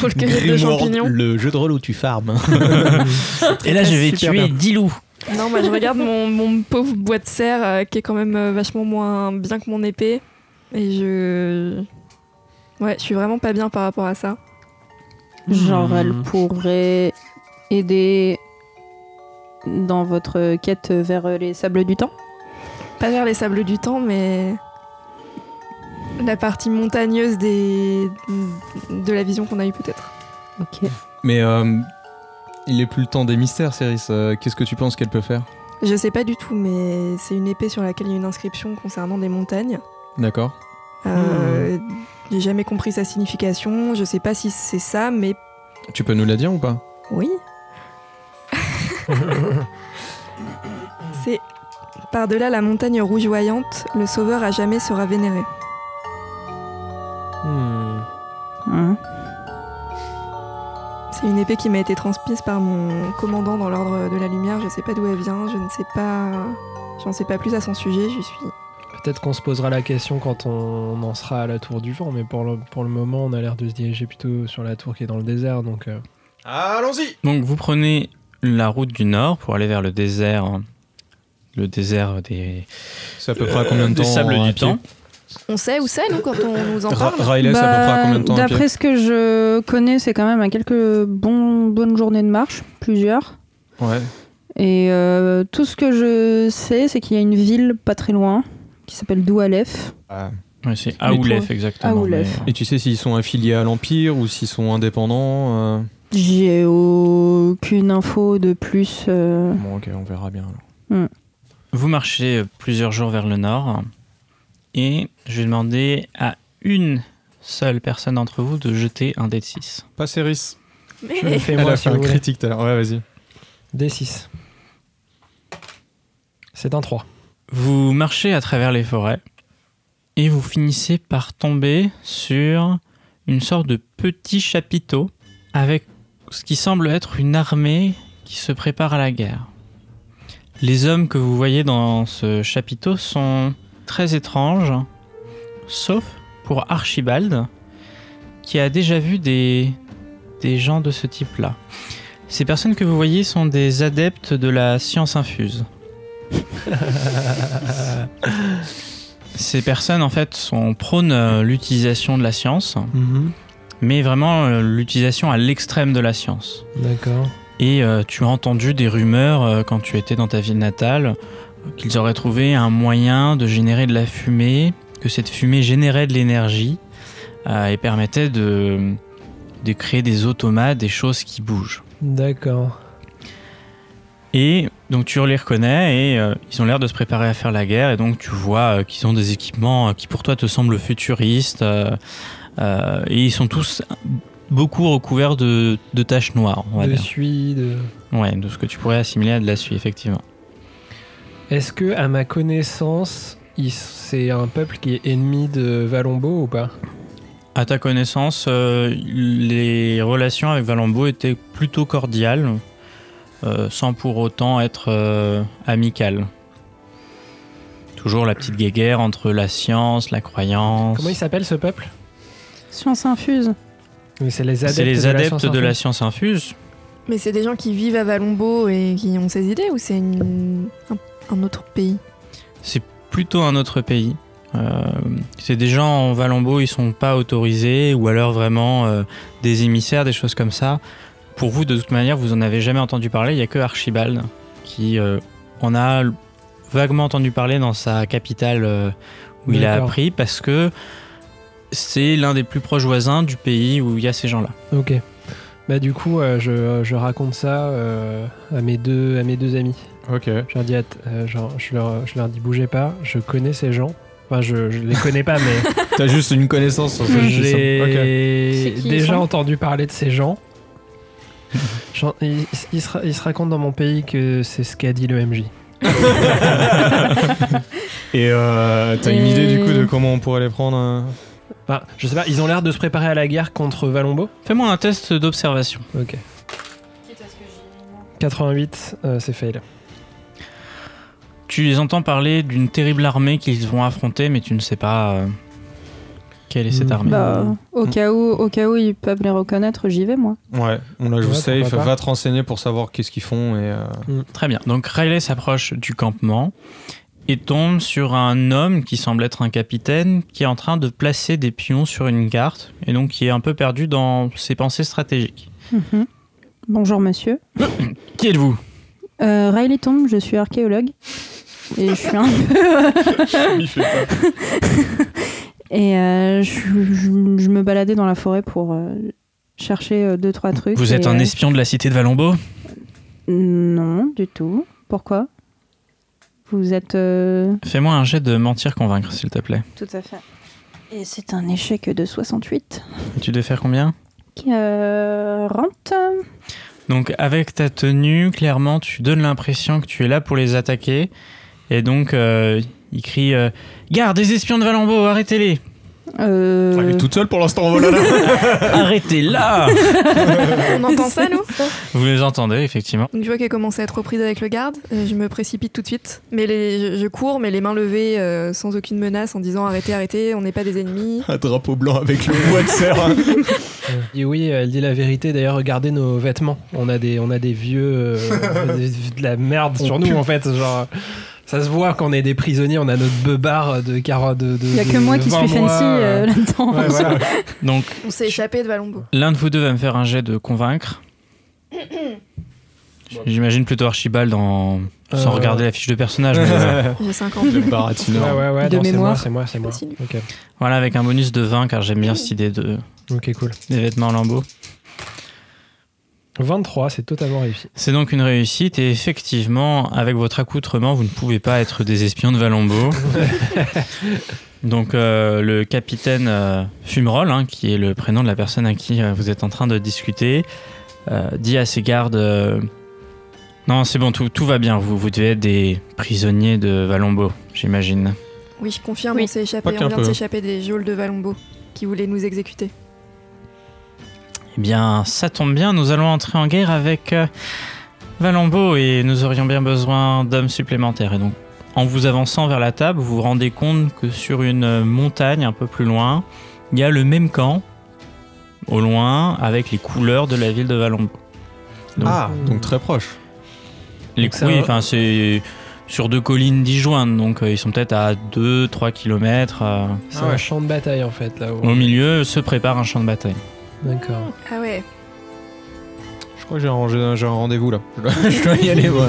F: Rôle cueillette de champignons.
G: le jeu de rôle où tu farmes.
C: Et là, je vais
B: Super
C: tuer
B: bien.
C: 10 loups.
F: Non, moi je regarde mon, mon pauvre bois de serre euh, qui est quand même euh, vachement moins bien que mon épée. Et je. Ouais, je suis vraiment pas bien par rapport à ça.
D: Genre,
B: Hmm.
D: elle pourrait aider dans votre quête vers les sables du temps.
F: Pas vers les sables du temps, mais. La partie montagneuse des... de la vision qu'on a eue peut-être.
D: Ok.
E: Mais euh, il est plus le temps des mystères, Céris. Euh, Qu'est-ce que tu penses qu'elle peut faire
F: Je sais pas du tout, mais c'est une épée sur laquelle il y a une inscription concernant des montagnes.
E: D'accord.
F: Euh, J'ai jamais compris sa signification. Je sais pas si c'est ça, mais
E: Tu peux nous la dire ou pas
F: Oui. C'est par-delà la montagne rougeoyante, le sauveur à jamais sera vénéré.
B: Hmm.
D: Hein.
F: C'est une épée qui m'a été transmise par mon commandant dans l'ordre de la lumière. Je sais pas d'où elle vient, je ne sais pas. J'en sais pas plus à son sujet, je suis.
B: Peut-être qu'on se posera la question quand on en sera à la tour du vent, mais pour le, pour le moment, on a l'air de se diriger plutôt sur la tour qui est dans le désert. Donc, euh,
E: Allons-y
C: Donc, vous prenez la route du nord pour aller vers le désert. hein. Le désert des,
E: C'est à peu près à combien de temps
C: des sables
E: euh, à
C: du
E: pied
C: temps.
F: On sait où c'est, nous, quand on nous en
E: Ra-
F: parle
E: Riley, c'est à peu près à combien de temps à pied
D: Bah, D'après ce que je connais, c'est quand même à quelques bons, bonnes journées de marche, plusieurs.
E: Ouais.
D: Et euh, tout ce que je sais, c'est qu'il y a une ville pas très loin qui s'appelle Doualef.
C: Ouais, c'est
E: Mais toi-
C: Aoulef, exactement.
D: Aoulef.
C: mais- euh,
E: Et tu sais s'ils sont affiliés à l'Empire ou s'ils sont indépendants euh,
D: J'ai aucune info de plus. euh,
E: Bon, ok, on verra bien. alors.
C: Vous marchez euh, plusieurs jours vers le nord hein. et je vais demander à une seule personne d'entre vous de jeter un dé de 6.
E: Pas Céris.
F: Mais-
B: je le fais
E: Elle
B: moi
E: a
B: si
E: fait
B: vous
E: un
B: voulez.
E: critique tout à l'heure. Ouais, vas-y.
B: D6. C'est un 3.
C: Vous marchez à travers les forêts et vous finissez par tomber sur une sorte de petit chapiteau avec ce qui semble être une armée qui se prépare à la guerre. Les hommes que vous voyez dans ce chapiteau sont très étranges, sauf pour Archibald, qui a déjà vu des, des gens de ce type-là. Ces personnes que vous voyez sont des adeptes de la science infuse. Ces personnes, en fait, sont prônent euh, l'utilisation de la science, mais vraiment euh, l'utilisation à l'extrême de la science.
B: D'accord.
C: Et euh, tu as entendu des rumeurs euh, quand tu étais dans ta ville natale euh, qu'ils auraient trouvé un moyen de générer de la fumée, que cette fumée générait de l'énergie euh, et permettait de, de créer des automates, des choses qui bougent.
B: D'accord.
C: Et donc tu les reconnais et euh, ils ont l'air de se préparer à faire la guerre et donc tu vois euh, qu'ils ont des équipements euh, qui pour toi te semblent futuristes euh, euh, et ils sont tous beaucoup recouverts de, de taches noires, on va
B: Je
C: dire.
B: suis de...
C: Ouais, de ce que tu pourrais assimiler à de la suie, effectivement.
B: Est-ce que, à ma connaissance, il- c'est un peuple qui est ennemi de Valombo ou pas
C: À ta connaissance, euh, les relations avec Valambo étaient plutôt cordiales, euh, sans pour autant être euh, amicales. Toujours la petite guéguerre entre la science, la croyance.
B: Comment il s'appelle ce peuple
D: Science infuse.
B: Mais C'est les adeptes,
C: C'est les
B: de, la
C: adeptes
B: science
C: de la
B: infuse.
C: science infuse.
F: Mais c'est des gens qui vivent à Valombo et qui ont ces idées, ou c'est une- un, un autre pays
C: C'est plutôt un autre pays. Euh, c'est des gens en Valambo, ils sont pas autorisés, ou alors vraiment euh, des émissaires, des choses comme ça. Pour vous, de toute manière, vous en avez jamais entendu parler. Il y a que Archibald qui euh, en a l- vaguement entendu parler dans sa capitale euh, où il a
B: D'accord.
C: appris parce que c'est l'un des plus proches voisins du pays où il y a ces gens-là.
B: Ok. Bah du coup, euh, je, je raconte ça euh, à, mes deux, à mes deux amis.
E: Ok.
B: Je leur dis, att- euh, genre, je, leur, je leur dis, bougez pas, je connais ces gens. Enfin, je, je les connais pas, mais
E: T'as juste une connaissance sur ce sujet.
B: j'ai
D: C'est qui, ils
B: déjà
D: sont
B: entendu parler de ces gens. Genre, il, il se, ra- il se raconte dans mon pays que c'est ce qu'a dit le MJ.
E: Et euh, t'as une
D: Et-
E: idée du coup de comment on pourrait les prendre euh
B: Enfin, je sais pas, ils ont l'air de se préparer à la guerre contre Valombo.
C: Fais-moi un test d'observation.
B: Ok. 88, euh, c'est fail.
C: Tu les entends parler d'une terrible armée qu'ils vont affronter, mais tu ne sais pas euh, quelle est cette
B: Mm.
C: armée.
D: Bah,
E: euh,
D: au cas où, au cas où ils peuvent les reconnaître, j'y vais moi.
E: Ouais, on la joue
B: Ouais,
E: safe,
B: pourquoi pas.
E: va te renseigner pour savoir qu'est-ce qu'ils font et... euh,
C: Très bien. Donc Riley s'approche du campement et tombe sur un homme qui semble être un capitaine qui est en train de placer des pions sur une carte et donc qui est un peu perdu dans ses pensées stratégiques.
D: Mhm. Bonjour monsieur.
C: Qui êtes-vous
D: Euh, Riley Tombe, je suis archéologue. Et je suis un peu. et euh, je, je- je me baladais dans la forêt pour euh, chercher euh, deux, trois trucs.
C: Vous êtes
D: et,
C: un
D: euh,
C: espion de la cité de Valombo
D: Non, du tout. Pourquoi Vous êtes. euh,
C: Fais-moi un jet de mentir convaincre s'il te plaît.
D: Tout à fait. Et c'est un échec de 68
C: Tu devais faire combien
D: qui euh, rentre.
C: Donc avec ta tenue, clairement, tu donnes l'impression que tu es là pour les attaquer. Et donc, euh, il crie euh, Garde des espions de Valambo, arrêtez-les
D: Euh,
E: Elle est toute seule pour l'instant, voilà
C: Arrêtez-la
F: On entend ça, nous
C: Vous les entendez, effectivement.
F: Donc je vois qu'elle commence à être reprise avec le garde. euh, Je me précipite tout de suite. Mais les, je, je cours, mais les mains levées, euh, sans aucune menace, en disant arrêtez, arrêtez, on n'est pas des ennemis.
E: Un drapeau blanc avec le bois de serre
B: Et oui, euh, elle dit la vérité. D'ailleurs, regardez nos vêtements. On a des, on a des vieux, euh, des- de la merde
E: On
B: sur nous en fait. Genre, ça se voit qu'on est des prisonniers. On a notre beubard de carotte de.
D: Il n'y a que moi qui suis fancy euh, là-dedans.
C: Donc,
F: On s'est échappé de Valombo.
C: l'un de vous deux va me faire un jet de convaincre. J'imagine plutôt Archibald en... sans
B: Euh.
C: regarder la fiche de personnage. mais, euh,
F: J'ai 5 ans.
E: Le
B: Ouais,
E: baratineur.
B: ouais, ouais.
D: De
B: non, c'est moi,
D: mémoire.
B: c'est moi, c'est moi.
F: Facile.
B: Ok,
C: voilà, avec un bonus de 20, car j'aime bien cette idée de...
B: ok, cool.
C: des vêtements en lambeaux.
B: 23, c'est totalement réussi.
C: C'est donc une réussite, et effectivement, avec votre accoutrement, vous ne pouvez pas être des espions de Valombo. donc, euh, le capitaine euh, Fumerol, hein, qui est le prénom de la personne à qui euh, vous êtes en train de discuter, euh, dit à ses gardes euh, Non, c'est bon, tout, tout va bien, vous, vous devez être des prisonniers de Valombo, j'imagine.
F: Oui, je confirme,
D: Oui.
F: on s'est
E: Pas
F: échappé.
E: qu'un
F: On
D: hein.
F: vient de
E: peu.
F: s'échapper des geôles de Valombo qui voulaient nous exécuter.
C: Eh bien, ça tombe bien, nous allons entrer en guerre avec euh, Valombo et nous aurions bien besoin d'hommes supplémentaires. Et donc, en vous avançant vers la table, vous vous rendez compte que sur une euh, montagne un peu plus loin, il y a le même camp, au loin, avec les couleurs de la ville de Valombo. Donc,
E: Ah, donc très proche.
C: les
B: donc c'est
C: oui,
B: un-
C: enfin, c'est sur deux collines disjointes, donc euh, ils sont peut-être à 2-3 km.
B: C'est
E: Ah ouais.
B: un champ de bataille en fait là.
C: euh, Au
B: haut
C: milieu se prépare un champ de bataille.
B: D'accord.
F: Ah ouais.
E: Je crois que j'ai un, j'ai un rendez-vous là. Je dois- Je dois y aller, moi.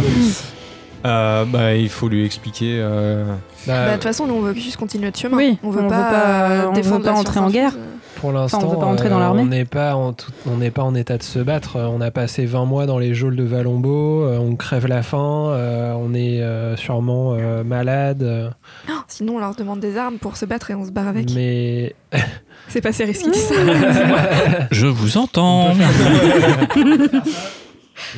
E: Euh, bah, il faut lui expliquer. euh,
B: Bah,
F: Bah, de toute façon, nous, on veut juste continuer notre chemin.
D: Oui,
F: on veut
D: on
F: pas,
D: veut pas-
F: euh,
D: on veut
F: défendre
D: pas
F: la
D: entrer en guerre.
F: surface, euh.
B: Pour l'instant, euh,
D: Enfin, on peut pas entrer dans l'armée.
B: on n'est pas en tout- on n'est pas en état de se battre. Euh, On a passé 20 mois dans les geôles de Valombo. euh, on crève la faim. euh, on est euh, sûrement euh, malade. euh,
F: Oh, Sinon, on leur demande des armes pour se battre et on se barre avec.
B: Mais
F: C'est pas assez risqué, ça.
C: Je vous entends.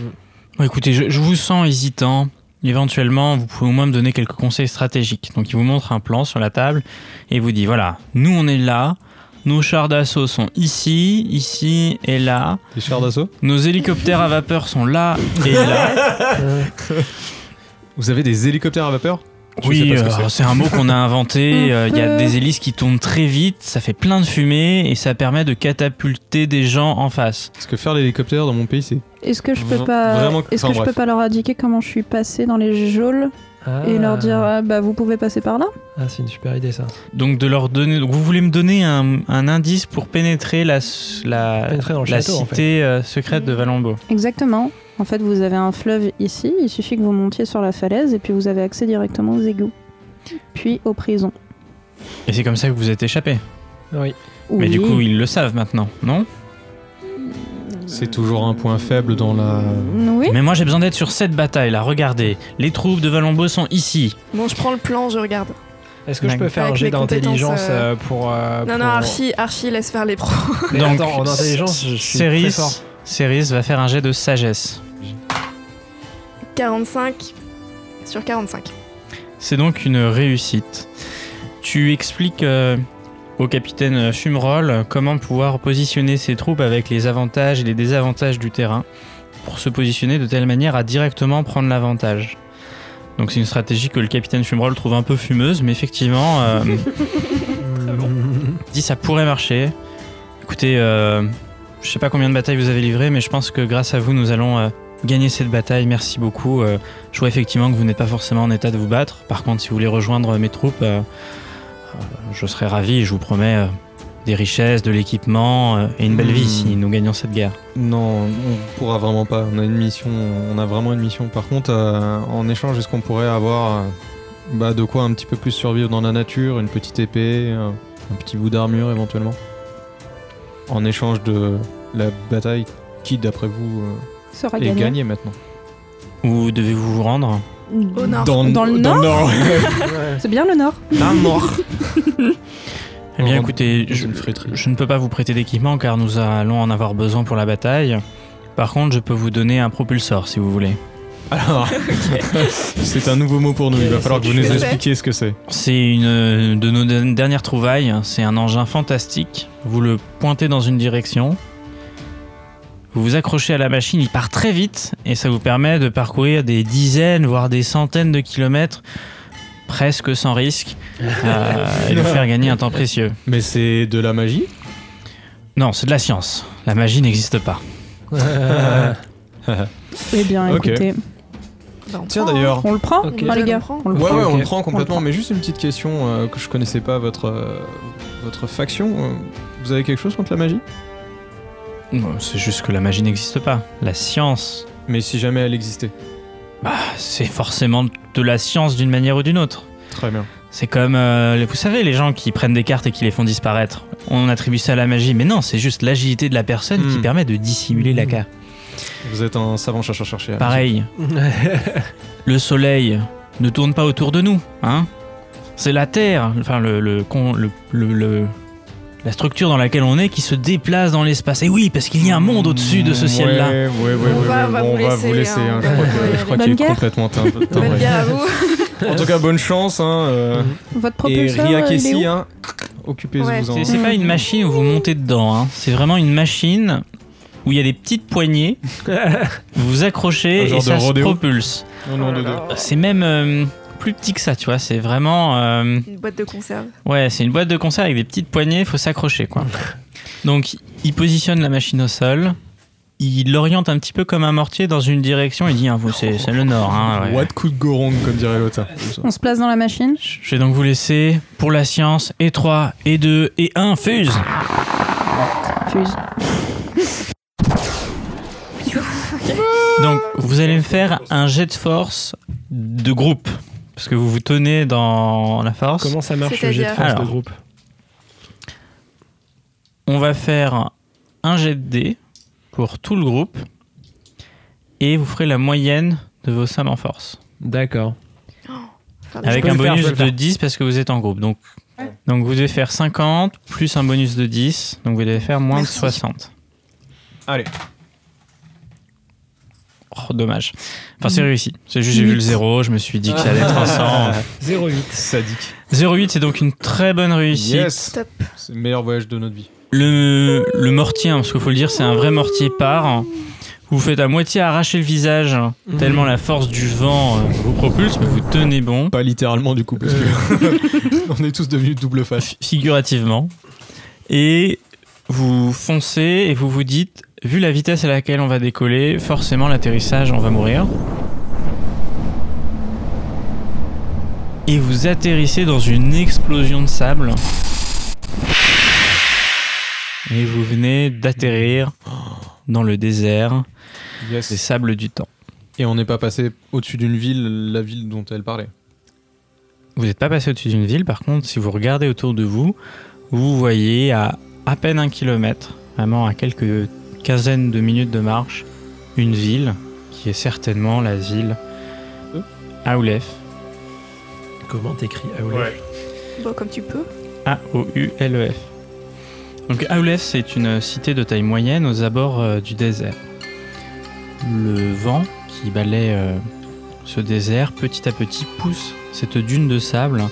C: Bon, écoutez, je, je vous sens hésitant. Éventuellement, vous pouvez au moins me donner quelques conseils stratégiques. Donc, il vous montre un plan sur la table et il vous dit voilà, nous on est là, nos chars d'assaut sont ici, ici et là,
E: Les chars d'assaut
C: nos hélicoptères à vapeur sont là et là.
B: euh,
E: Vous avez des hélicoptères à vapeur Je
C: oui,
E: sais pas ce que
C: euh, c'est un mot qu'on a inventé. Euh, Il y a
D: Euh.
C: des hélices qui tournent très vite, ça fait plein de fumée et ça permet de catapulter des gens en face.
E: Parce que faire l'hélicoptère dans mon pays, c'est.
D: Est-ce que je peux
E: Vra-
D: pas,
E: vraiment-
D: est-ce
E: enfin,
D: que je peux
E: bref.
D: pas leur indiquer comment je suis passée dans les geôles
B: ah.
D: et leur dire ah, bah vous pouvez passer par là
B: Ah, c'est une super idée ça.
C: Donc de leur donner. Donc vous voulez me donner un, un indice pour pénétrer la s- la,
B: Pénétrer dans le
C: la
B: château, en
C: cité euh, secrète de Valombo.
D: Exactement. En fait, vous avez un fleuve ici. Il suffit que vous montiez sur la falaise et puis vous avez accès directement aux égouts, puis aux prisons.
C: Et c'est comme ça que vous êtes échappé.
B: Oui.
C: Mais
D: Oui.
C: du coup ils le savent maintenant, non
E: C'est toujours un point faible dans la.
D: Oui.
C: Mais moi j'ai besoin d'être sur cette bataille là. Regardez, les troupes de Valombo sont ici.
F: Bon, je prends le plan, je regarde.
B: Est-ce que je peux
C: Avec
B: faire un
F: mes
B: jet
F: compétences,
B: d'intelligence
F: euh,
B: euh, pour. euh,
D: Ah,
F: Non,
B: pour-
F: non, Archie, Archie, laisse faire les pros.
B: Mais
C: Donc,
B: attends, en intelligence, je suis
C: Céris,
B: très fort.
C: Céris va faire un jet de sagesse.
F: 45 sur 45.
C: C'est donc une réussite. Tu expliques euh, au capitaine Fumerol comment pouvoir positionner ses troupes avec les avantages et les désavantages du terrain pour se positionner de telle manière à directement prendre l'avantage. Donc c'est une stratégie que le capitaine Fumerol trouve un peu fumeuse, mais effectivement, euh, il dit ça pourrait marcher. Écoutez, euh, je sais pas combien de batailles vous avez livrées, mais je pense que grâce à vous, nous allons euh, gagner cette bataille. Merci beaucoup. Euh, je vois effectivement que vous n'êtes pas forcément en état de vous battre. Par contre, si vous voulez rejoindre mes troupes, euh, euh, je serai ravi. Je vous promets euh, des richesses, de l'équipement euh, et une belle vie
E: Hmm.
C: si nous gagnons cette guerre.
E: Non, on pourra vraiment pas. On a une mission, on a vraiment une mission. Par contre, euh, en échange, est-ce qu'on pourrait avoir euh, bah, de quoi un petit peu plus survivre dans la nature Une petite épée, un, un petit bout d'armure éventuellement En échange de la bataille qui, d'après vous, euh,
D: Sera
E: est
D: gagné.
E: gagnée maintenant
C: Où devez-vous vous rendre
F: Au nord.
D: Dans le nord Mm. C'est bien le nord.
E: Dans le nord
C: Eh bien,
E: Au-
C: écoutez,
E: dans
C: je,
E: une fréterie.
C: je ne peux pas vous prêter d'équipement car nous allons en avoir besoin pour la bataille. Par contre, je peux vous donner un propulsor si vous voulez.
E: Alors, c'est un nouveau mot pour nous. Il va falloir que vous nous expliquiez ce que c'est.
C: C'est une euh, de nos de- dernières trouvailles. C'est un engin fantastique. Vous le pointez dans une direction. Vous vous accrochez à la machine, il part très vite et ça vous permet de parcourir des dizaines, voire des centaines de kilomètres presque sans risque euh, et de faire gagner un temps précieux.
E: Mais c'est de la magie
C: Non, c'est de la science. La magie n'existe pas.
B: Euh,
D: Eh bien,
E: Ok.
D: écoutez,
F: Bah, on
E: Tiens
F: prend,
E: d'ailleurs.
D: on le prend,
B: Ok.
D: hein, les gars.
F: On prend.
D: On le
E: Ouais,
D: prend.
E: ouais, on
B: ok.
E: le prend complètement,
D: On le
E: mais juste une petite question euh, que je connaissais pas votre, euh, votre faction. euh, vous avez quelque chose contre la magie
C: Non, C'est juste que la magie n'existe pas. La science,
E: Mais si jamais elle existait.
C: c'est forcément de la science d'une manière ou d'une autre.
E: Très bien.
C: C'est comme, euh, les- vous savez, les gens qui prennent des cartes et qui les font disparaître. On attribue ça à la magie, mais non, c'est juste l'agilité de la personne qui
E: Mm.
C: permet de dissimuler la
B: Mm.
C: carte.
E: Vous êtes un savant chercheur-chercheur.
C: Pareil, le soleil ne tourne pas autour de nous, hein C'est la Terre, enfin le, le, con- le- le- le- la structure dans laquelle on est qui se déplace dans l'espace. Et oui, parce qu'il y a un monde au-dessus de ce ciel-là.
E: Ouais, ouais, ouais, ouais,
F: On va-
E: ouais,
F: va
E: bon,
F: vous
E: on va
F: laisser,
E: vous laisser.
F: hein.
E: hein, je crois
F: Ouais.
E: que- je crois
D: Bonne
E: qu'il est
D: guerre.
E: complètement teint- teint-
F: Bonne
E: ouais.
F: guerre Oh, à vous.
E: En tout cas, bonne chance. Hein, euh,
D: prend. Votre
E: et
D: propulseur, euh, il est où
E: Riakessi, hein, occupez-vous-en.
C: C'est c'est pas une machine où vous montez dedans, hein. c'est vraiment une machine où il y a des petites poignées, vous vous
E: Un
C: accrochez
E: genre
C: et
E: de
C: ça se
E: rodéo.
C: propulse.
E: Au nom de Dieu.
F: Oh
C: C'est même euh, plus petit que ça, tu vois. C'est vraiment. euh,
F: Une boîte de conserve.
C: ouais, c'est une boîte de concert avec des petites poignées, faut s'accrocher, quoi. Donc, il positionne la machine au sol. Il l'oriente un petit peu comme un mortier dans une direction. Il dit hein, vous, c'est c'est le nord. hein, ouais.
E: What could go wrong, comme dirait l'autre. hein.
D: On se place dans la machine.
C: Je vais donc vous laisser pour la science. Et 3, et 2, et 1, fuse
D: Fuse.
C: Donc, vous allez me faire un jet de force de groupe. Parce que vous vous tenez dans la force.
B: Comment ça marche le jet de
F: C'est-à-dire
B: force de
C: Alors.
B: groupe
C: On va faire un jet de dés pour tout le groupe et vous ferez la moyenne de vos sommes en force.
B: D'accord.
F: Enfin,
C: Avec
B: peux
C: un
B: le faire, je
C: bonus
B: peux le
C: de
B: faire.
C: 10 parce que vous êtes en groupe. Donc, donc vous devez faire 50 plus un bonus de 10. Donc vous devez faire moins
F: Merci.
C: de 60.
E: Allez.
C: Oh, dommage. Enfin, c'est réussi. C'est juste, j'ai vu le 0, je me suis dit que ça allait être un 100.
B: 0,8.
E: Sadique.
C: 0,8, c'est donc une très bonne réussite.
E: Yes.
F: Top.
E: C'est le meilleur voyage de notre vie.
C: Le, le mortier, hein, parce qu'il faut le dire, c'est un vrai mortier part. Vous faites à moitié arracher le visage, hein,
B: Mhm.
C: tellement la force du vent euh, vous propulse, mais vous tenez bon,
E: Pas littéralement du coup, parce que on est tous devenus double face.
C: fi- figurativement. Et vous foncez et vous vous dites, vu la vitesse à laquelle on va décoller, forcément l'atterrissage, on va mourir. Et vous atterrissez dans une explosion de sable. Et vous venez d'atterrir dans le désert. des
E: Yes.
C: sables du temps.
E: Et on n'est pas passé au-dessus d'une ville, la ville dont elle parlait.
C: Vous n'êtes pas passé au-dessus d'une ville, par contre, si vous regardez autour de vous, vous voyez à à peine un kilomètre, vraiment à quelques quinzaines de minutes de marche, une ville qui est certainement la ville Aoulef.
B: Comment Euh. t'écris Aoulef
F: Bon, comme tu peux.
C: A-O-U-L-E-F. E Donc Aulef, E c'est une cité de taille moyenne aux abords euh, du désert. Le vent qui balaie euh, ce désert petit à petit pousse cette dune de sable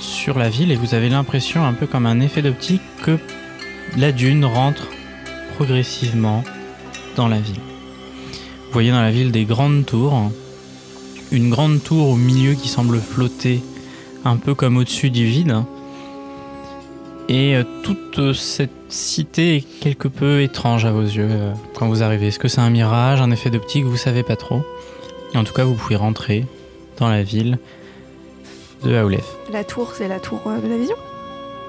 C: sur la ville et vous avez l'impression, un peu comme un effet d'optique, que la dune rentre progressivement dans la ville. Vous voyez dans la ville des grandes tours, hein. une grande tour au milieu qui semble flotter un peu comme au-dessus du vide. hein. Et euh, toute euh, cette cité est quelque peu étrange à vos yeux euh, quand vous arrivez. Est-ce que c'est un mirage, un effet d'optique Vous savez pas trop. Et en tout cas, vous pouvez rentrer dans la ville de Aulef.
F: La tour, c'est la tour euh, de la vision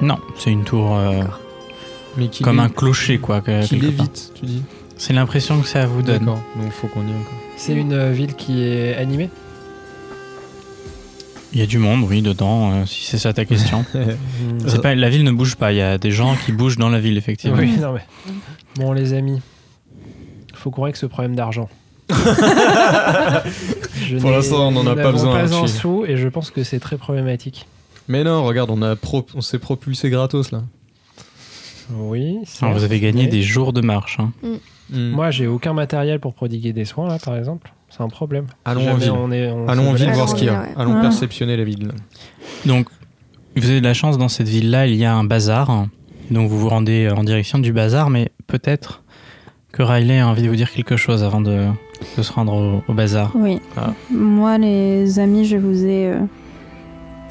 C: Non, c'est une tour euh,
E: Mais qui
C: comme
E: lé-
C: un clocher, quoi. que-
E: qui
C: quelque part.
E: lévite, tu dis.
C: C'est l'impression que ça vous donne.
E: D'accord, donc faut qu'on y aille. quoi.
B: C'est une euh, ville qui est animée
C: Il y a du monde, oui, dedans, euh, si c'est ça ta question.
E: Mmh.
C: C'est pas, la ville ne bouge pas, il y a des gens qui bougent dans la ville, effectivement.
B: Oui, non, mais-
E: Mmh.
B: Bon, les amis, faut qu'on règle ce problème d'argent. Je
E: Pour
B: n'ai-
E: l'instant, on n'en a
B: nous
E: pas
B: n'avons
E: besoin,
B: Pas un
E: Archie.
B: sou, et je pense que c'est très problématique.
E: Mais non, regarde, on, a pro- on s'est propulsé gratos là.
B: Oui.
C: Alors, vous
B: certes,
C: avez gagné
B: mais-
C: des jours de marche. hein.
E: Mm.
B: Moi, j'ai aucun matériel pour prodiguer des soins, là, par exemple. C'est un problème.
E: Allons en
B: Jamais
E: ville.
B: on est- on
E: Allons en
B: se
E: ville
B: balade.
E: voir ce qu'il y a.
F: Ouais.
E: Allons
D: Ah.
E: perceptionner la ville.
C: Donc, vous avez de la chance, dans cette ville-là, il y a un bazar. Donc, vous vous rendez euh, en direction du bazar, mais peut-être que Riley a envie de vous dire quelque chose avant de, de se rendre au, au bazar.
D: Oui.
C: Ah.
D: Moi, les amis, je vous ai euh,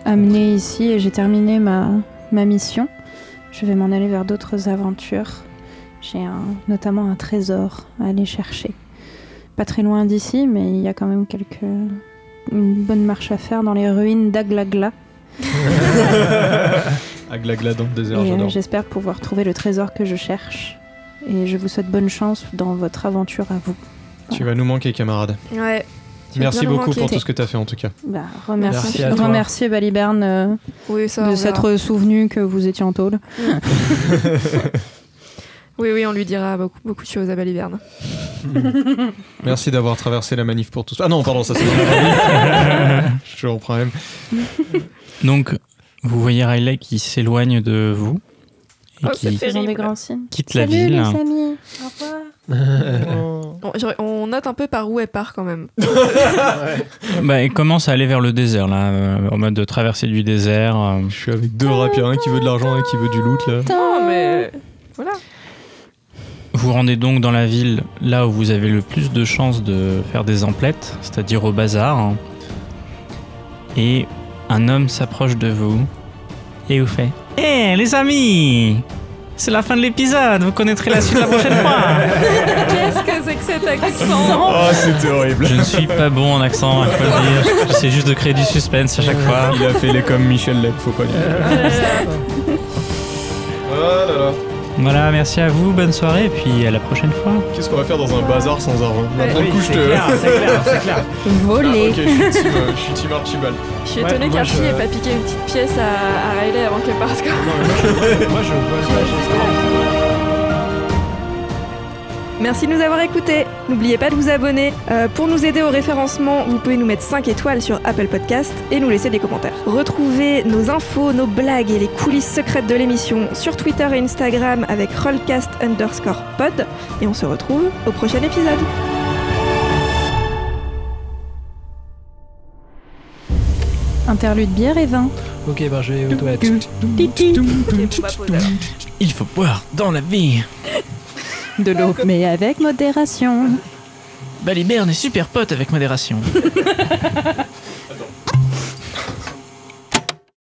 D: amené ici et j'ai terminé ma, ma mission. Je vais m'en aller vers d'autres aventures. J'ai un- notamment un trésor à aller chercher. Pas très loin d'ici, mais il y a quand même quelques, une bonne marche à faire dans les ruines d'Aglagla.
E: Aglagla dans le
D: Et
E: désert,
D: euh,
E: j'adore.
D: j'espère pouvoir trouver le trésor que je cherche. Et je vous souhaite bonne chance dans votre aventure à vous.
E: Tu vas nous manquer, camarade.
F: Ouais. Tu vas
E: Merci
F: bien nous
E: beaucoup pour
F: manquer.
E: tout ce que t'as fait en tout cas.
D: Bah, remercie,
B: Merci à toi.
D: remerciez Baliberne. euh,
F: Oui, ça, Bah, on
D: de
F: verra.
D: s'être souvenu que vous étiez en tôle.
F: Oui, oui, on lui dira beaucoup, beaucoup de choses à Baliverne.
E: Merci d'avoir traversé la manif pour tout ça. Ah non, pardon, ça c'est. Je suis toujours au problème.
C: Donc, vous voyez Riley qui s'éloigne de vous et
F: Oh,
C: qui
F: c'est
D: Faisons
F: Terrible.
D: des grands signes.
C: quitte la
D: Salut
C: ville. hein.
D: les amis, au revoir.
F: On, j'aurais- on note un peu par où elle part quand même.
C: Bah, elle commence à aller vers le désert, là, euh, en mode de traversée du désert. euh.
E: Je suis avec
F: Ah.
E: deux rapiers, un qui veut de l'argent et qui veut du loot là.
D: Oh,
F: Non, mais voilà.
C: Vous rendez donc dans la ville là où vous avez le plus de chances de faire des emplettes, c'est-à-dire au bazar. hein. Et un homme s'approche de vous et vous fait Hé les amis C'est la fin de l'épisode, vous connaîtrez la suite la prochaine fois
F: Qu'est-ce que c'est que cet accent
E: Oh, c'était horrible.
C: Je ne suis pas bon en accent, il faut le dire. J'essaie juste de créer du suspense à chaque fois.
E: Il a fait les comme Michel Leb, faut pas lui. Oh là là.
C: Voilà, merci à vous, bonne soirée et puis à la prochaine fois.
E: Qu'est-ce qu'on va faire dans un bazar sans argent Maintenant,
B: Oui,
E: du coup, je
B: c'est
E: te.
B: clair, c'est clair, c'est clair.
D: Voler.
E: Ah, Ok,
C: Ah,
E: je suis team, euh, je suis team Archibald.
F: Je suis
B: Ouais,
F: étonnée
B: moi,
F: qu'Archie
B: je-
F: n'ait pas piqué une petite pièce à, à Riley avant qu'elle parte. quoi.
B: Moi, je vois ça, je crois.
F: Merci de nous avoir écoutés. N'oubliez pas de vous abonner. Euh, pour nous aider au référencement, vous pouvez nous mettre 5 étoiles sur Apple Podcast et nous laisser des commentaires. Retrouvez nos infos, nos blagues et les coulisses secrètes de l'émission sur Twitter et Instagram avec Rollcast underscore pod. Et on se retrouve au prochain épisode.
D: Interlude bière et vin.
B: Ok, ben je vais aux toilettes.
D: Titi.
C: Il faut boire dans la vie.
D: De l'eau. Mais avec modération.
C: Bah, Baliberne est super pote avec modération.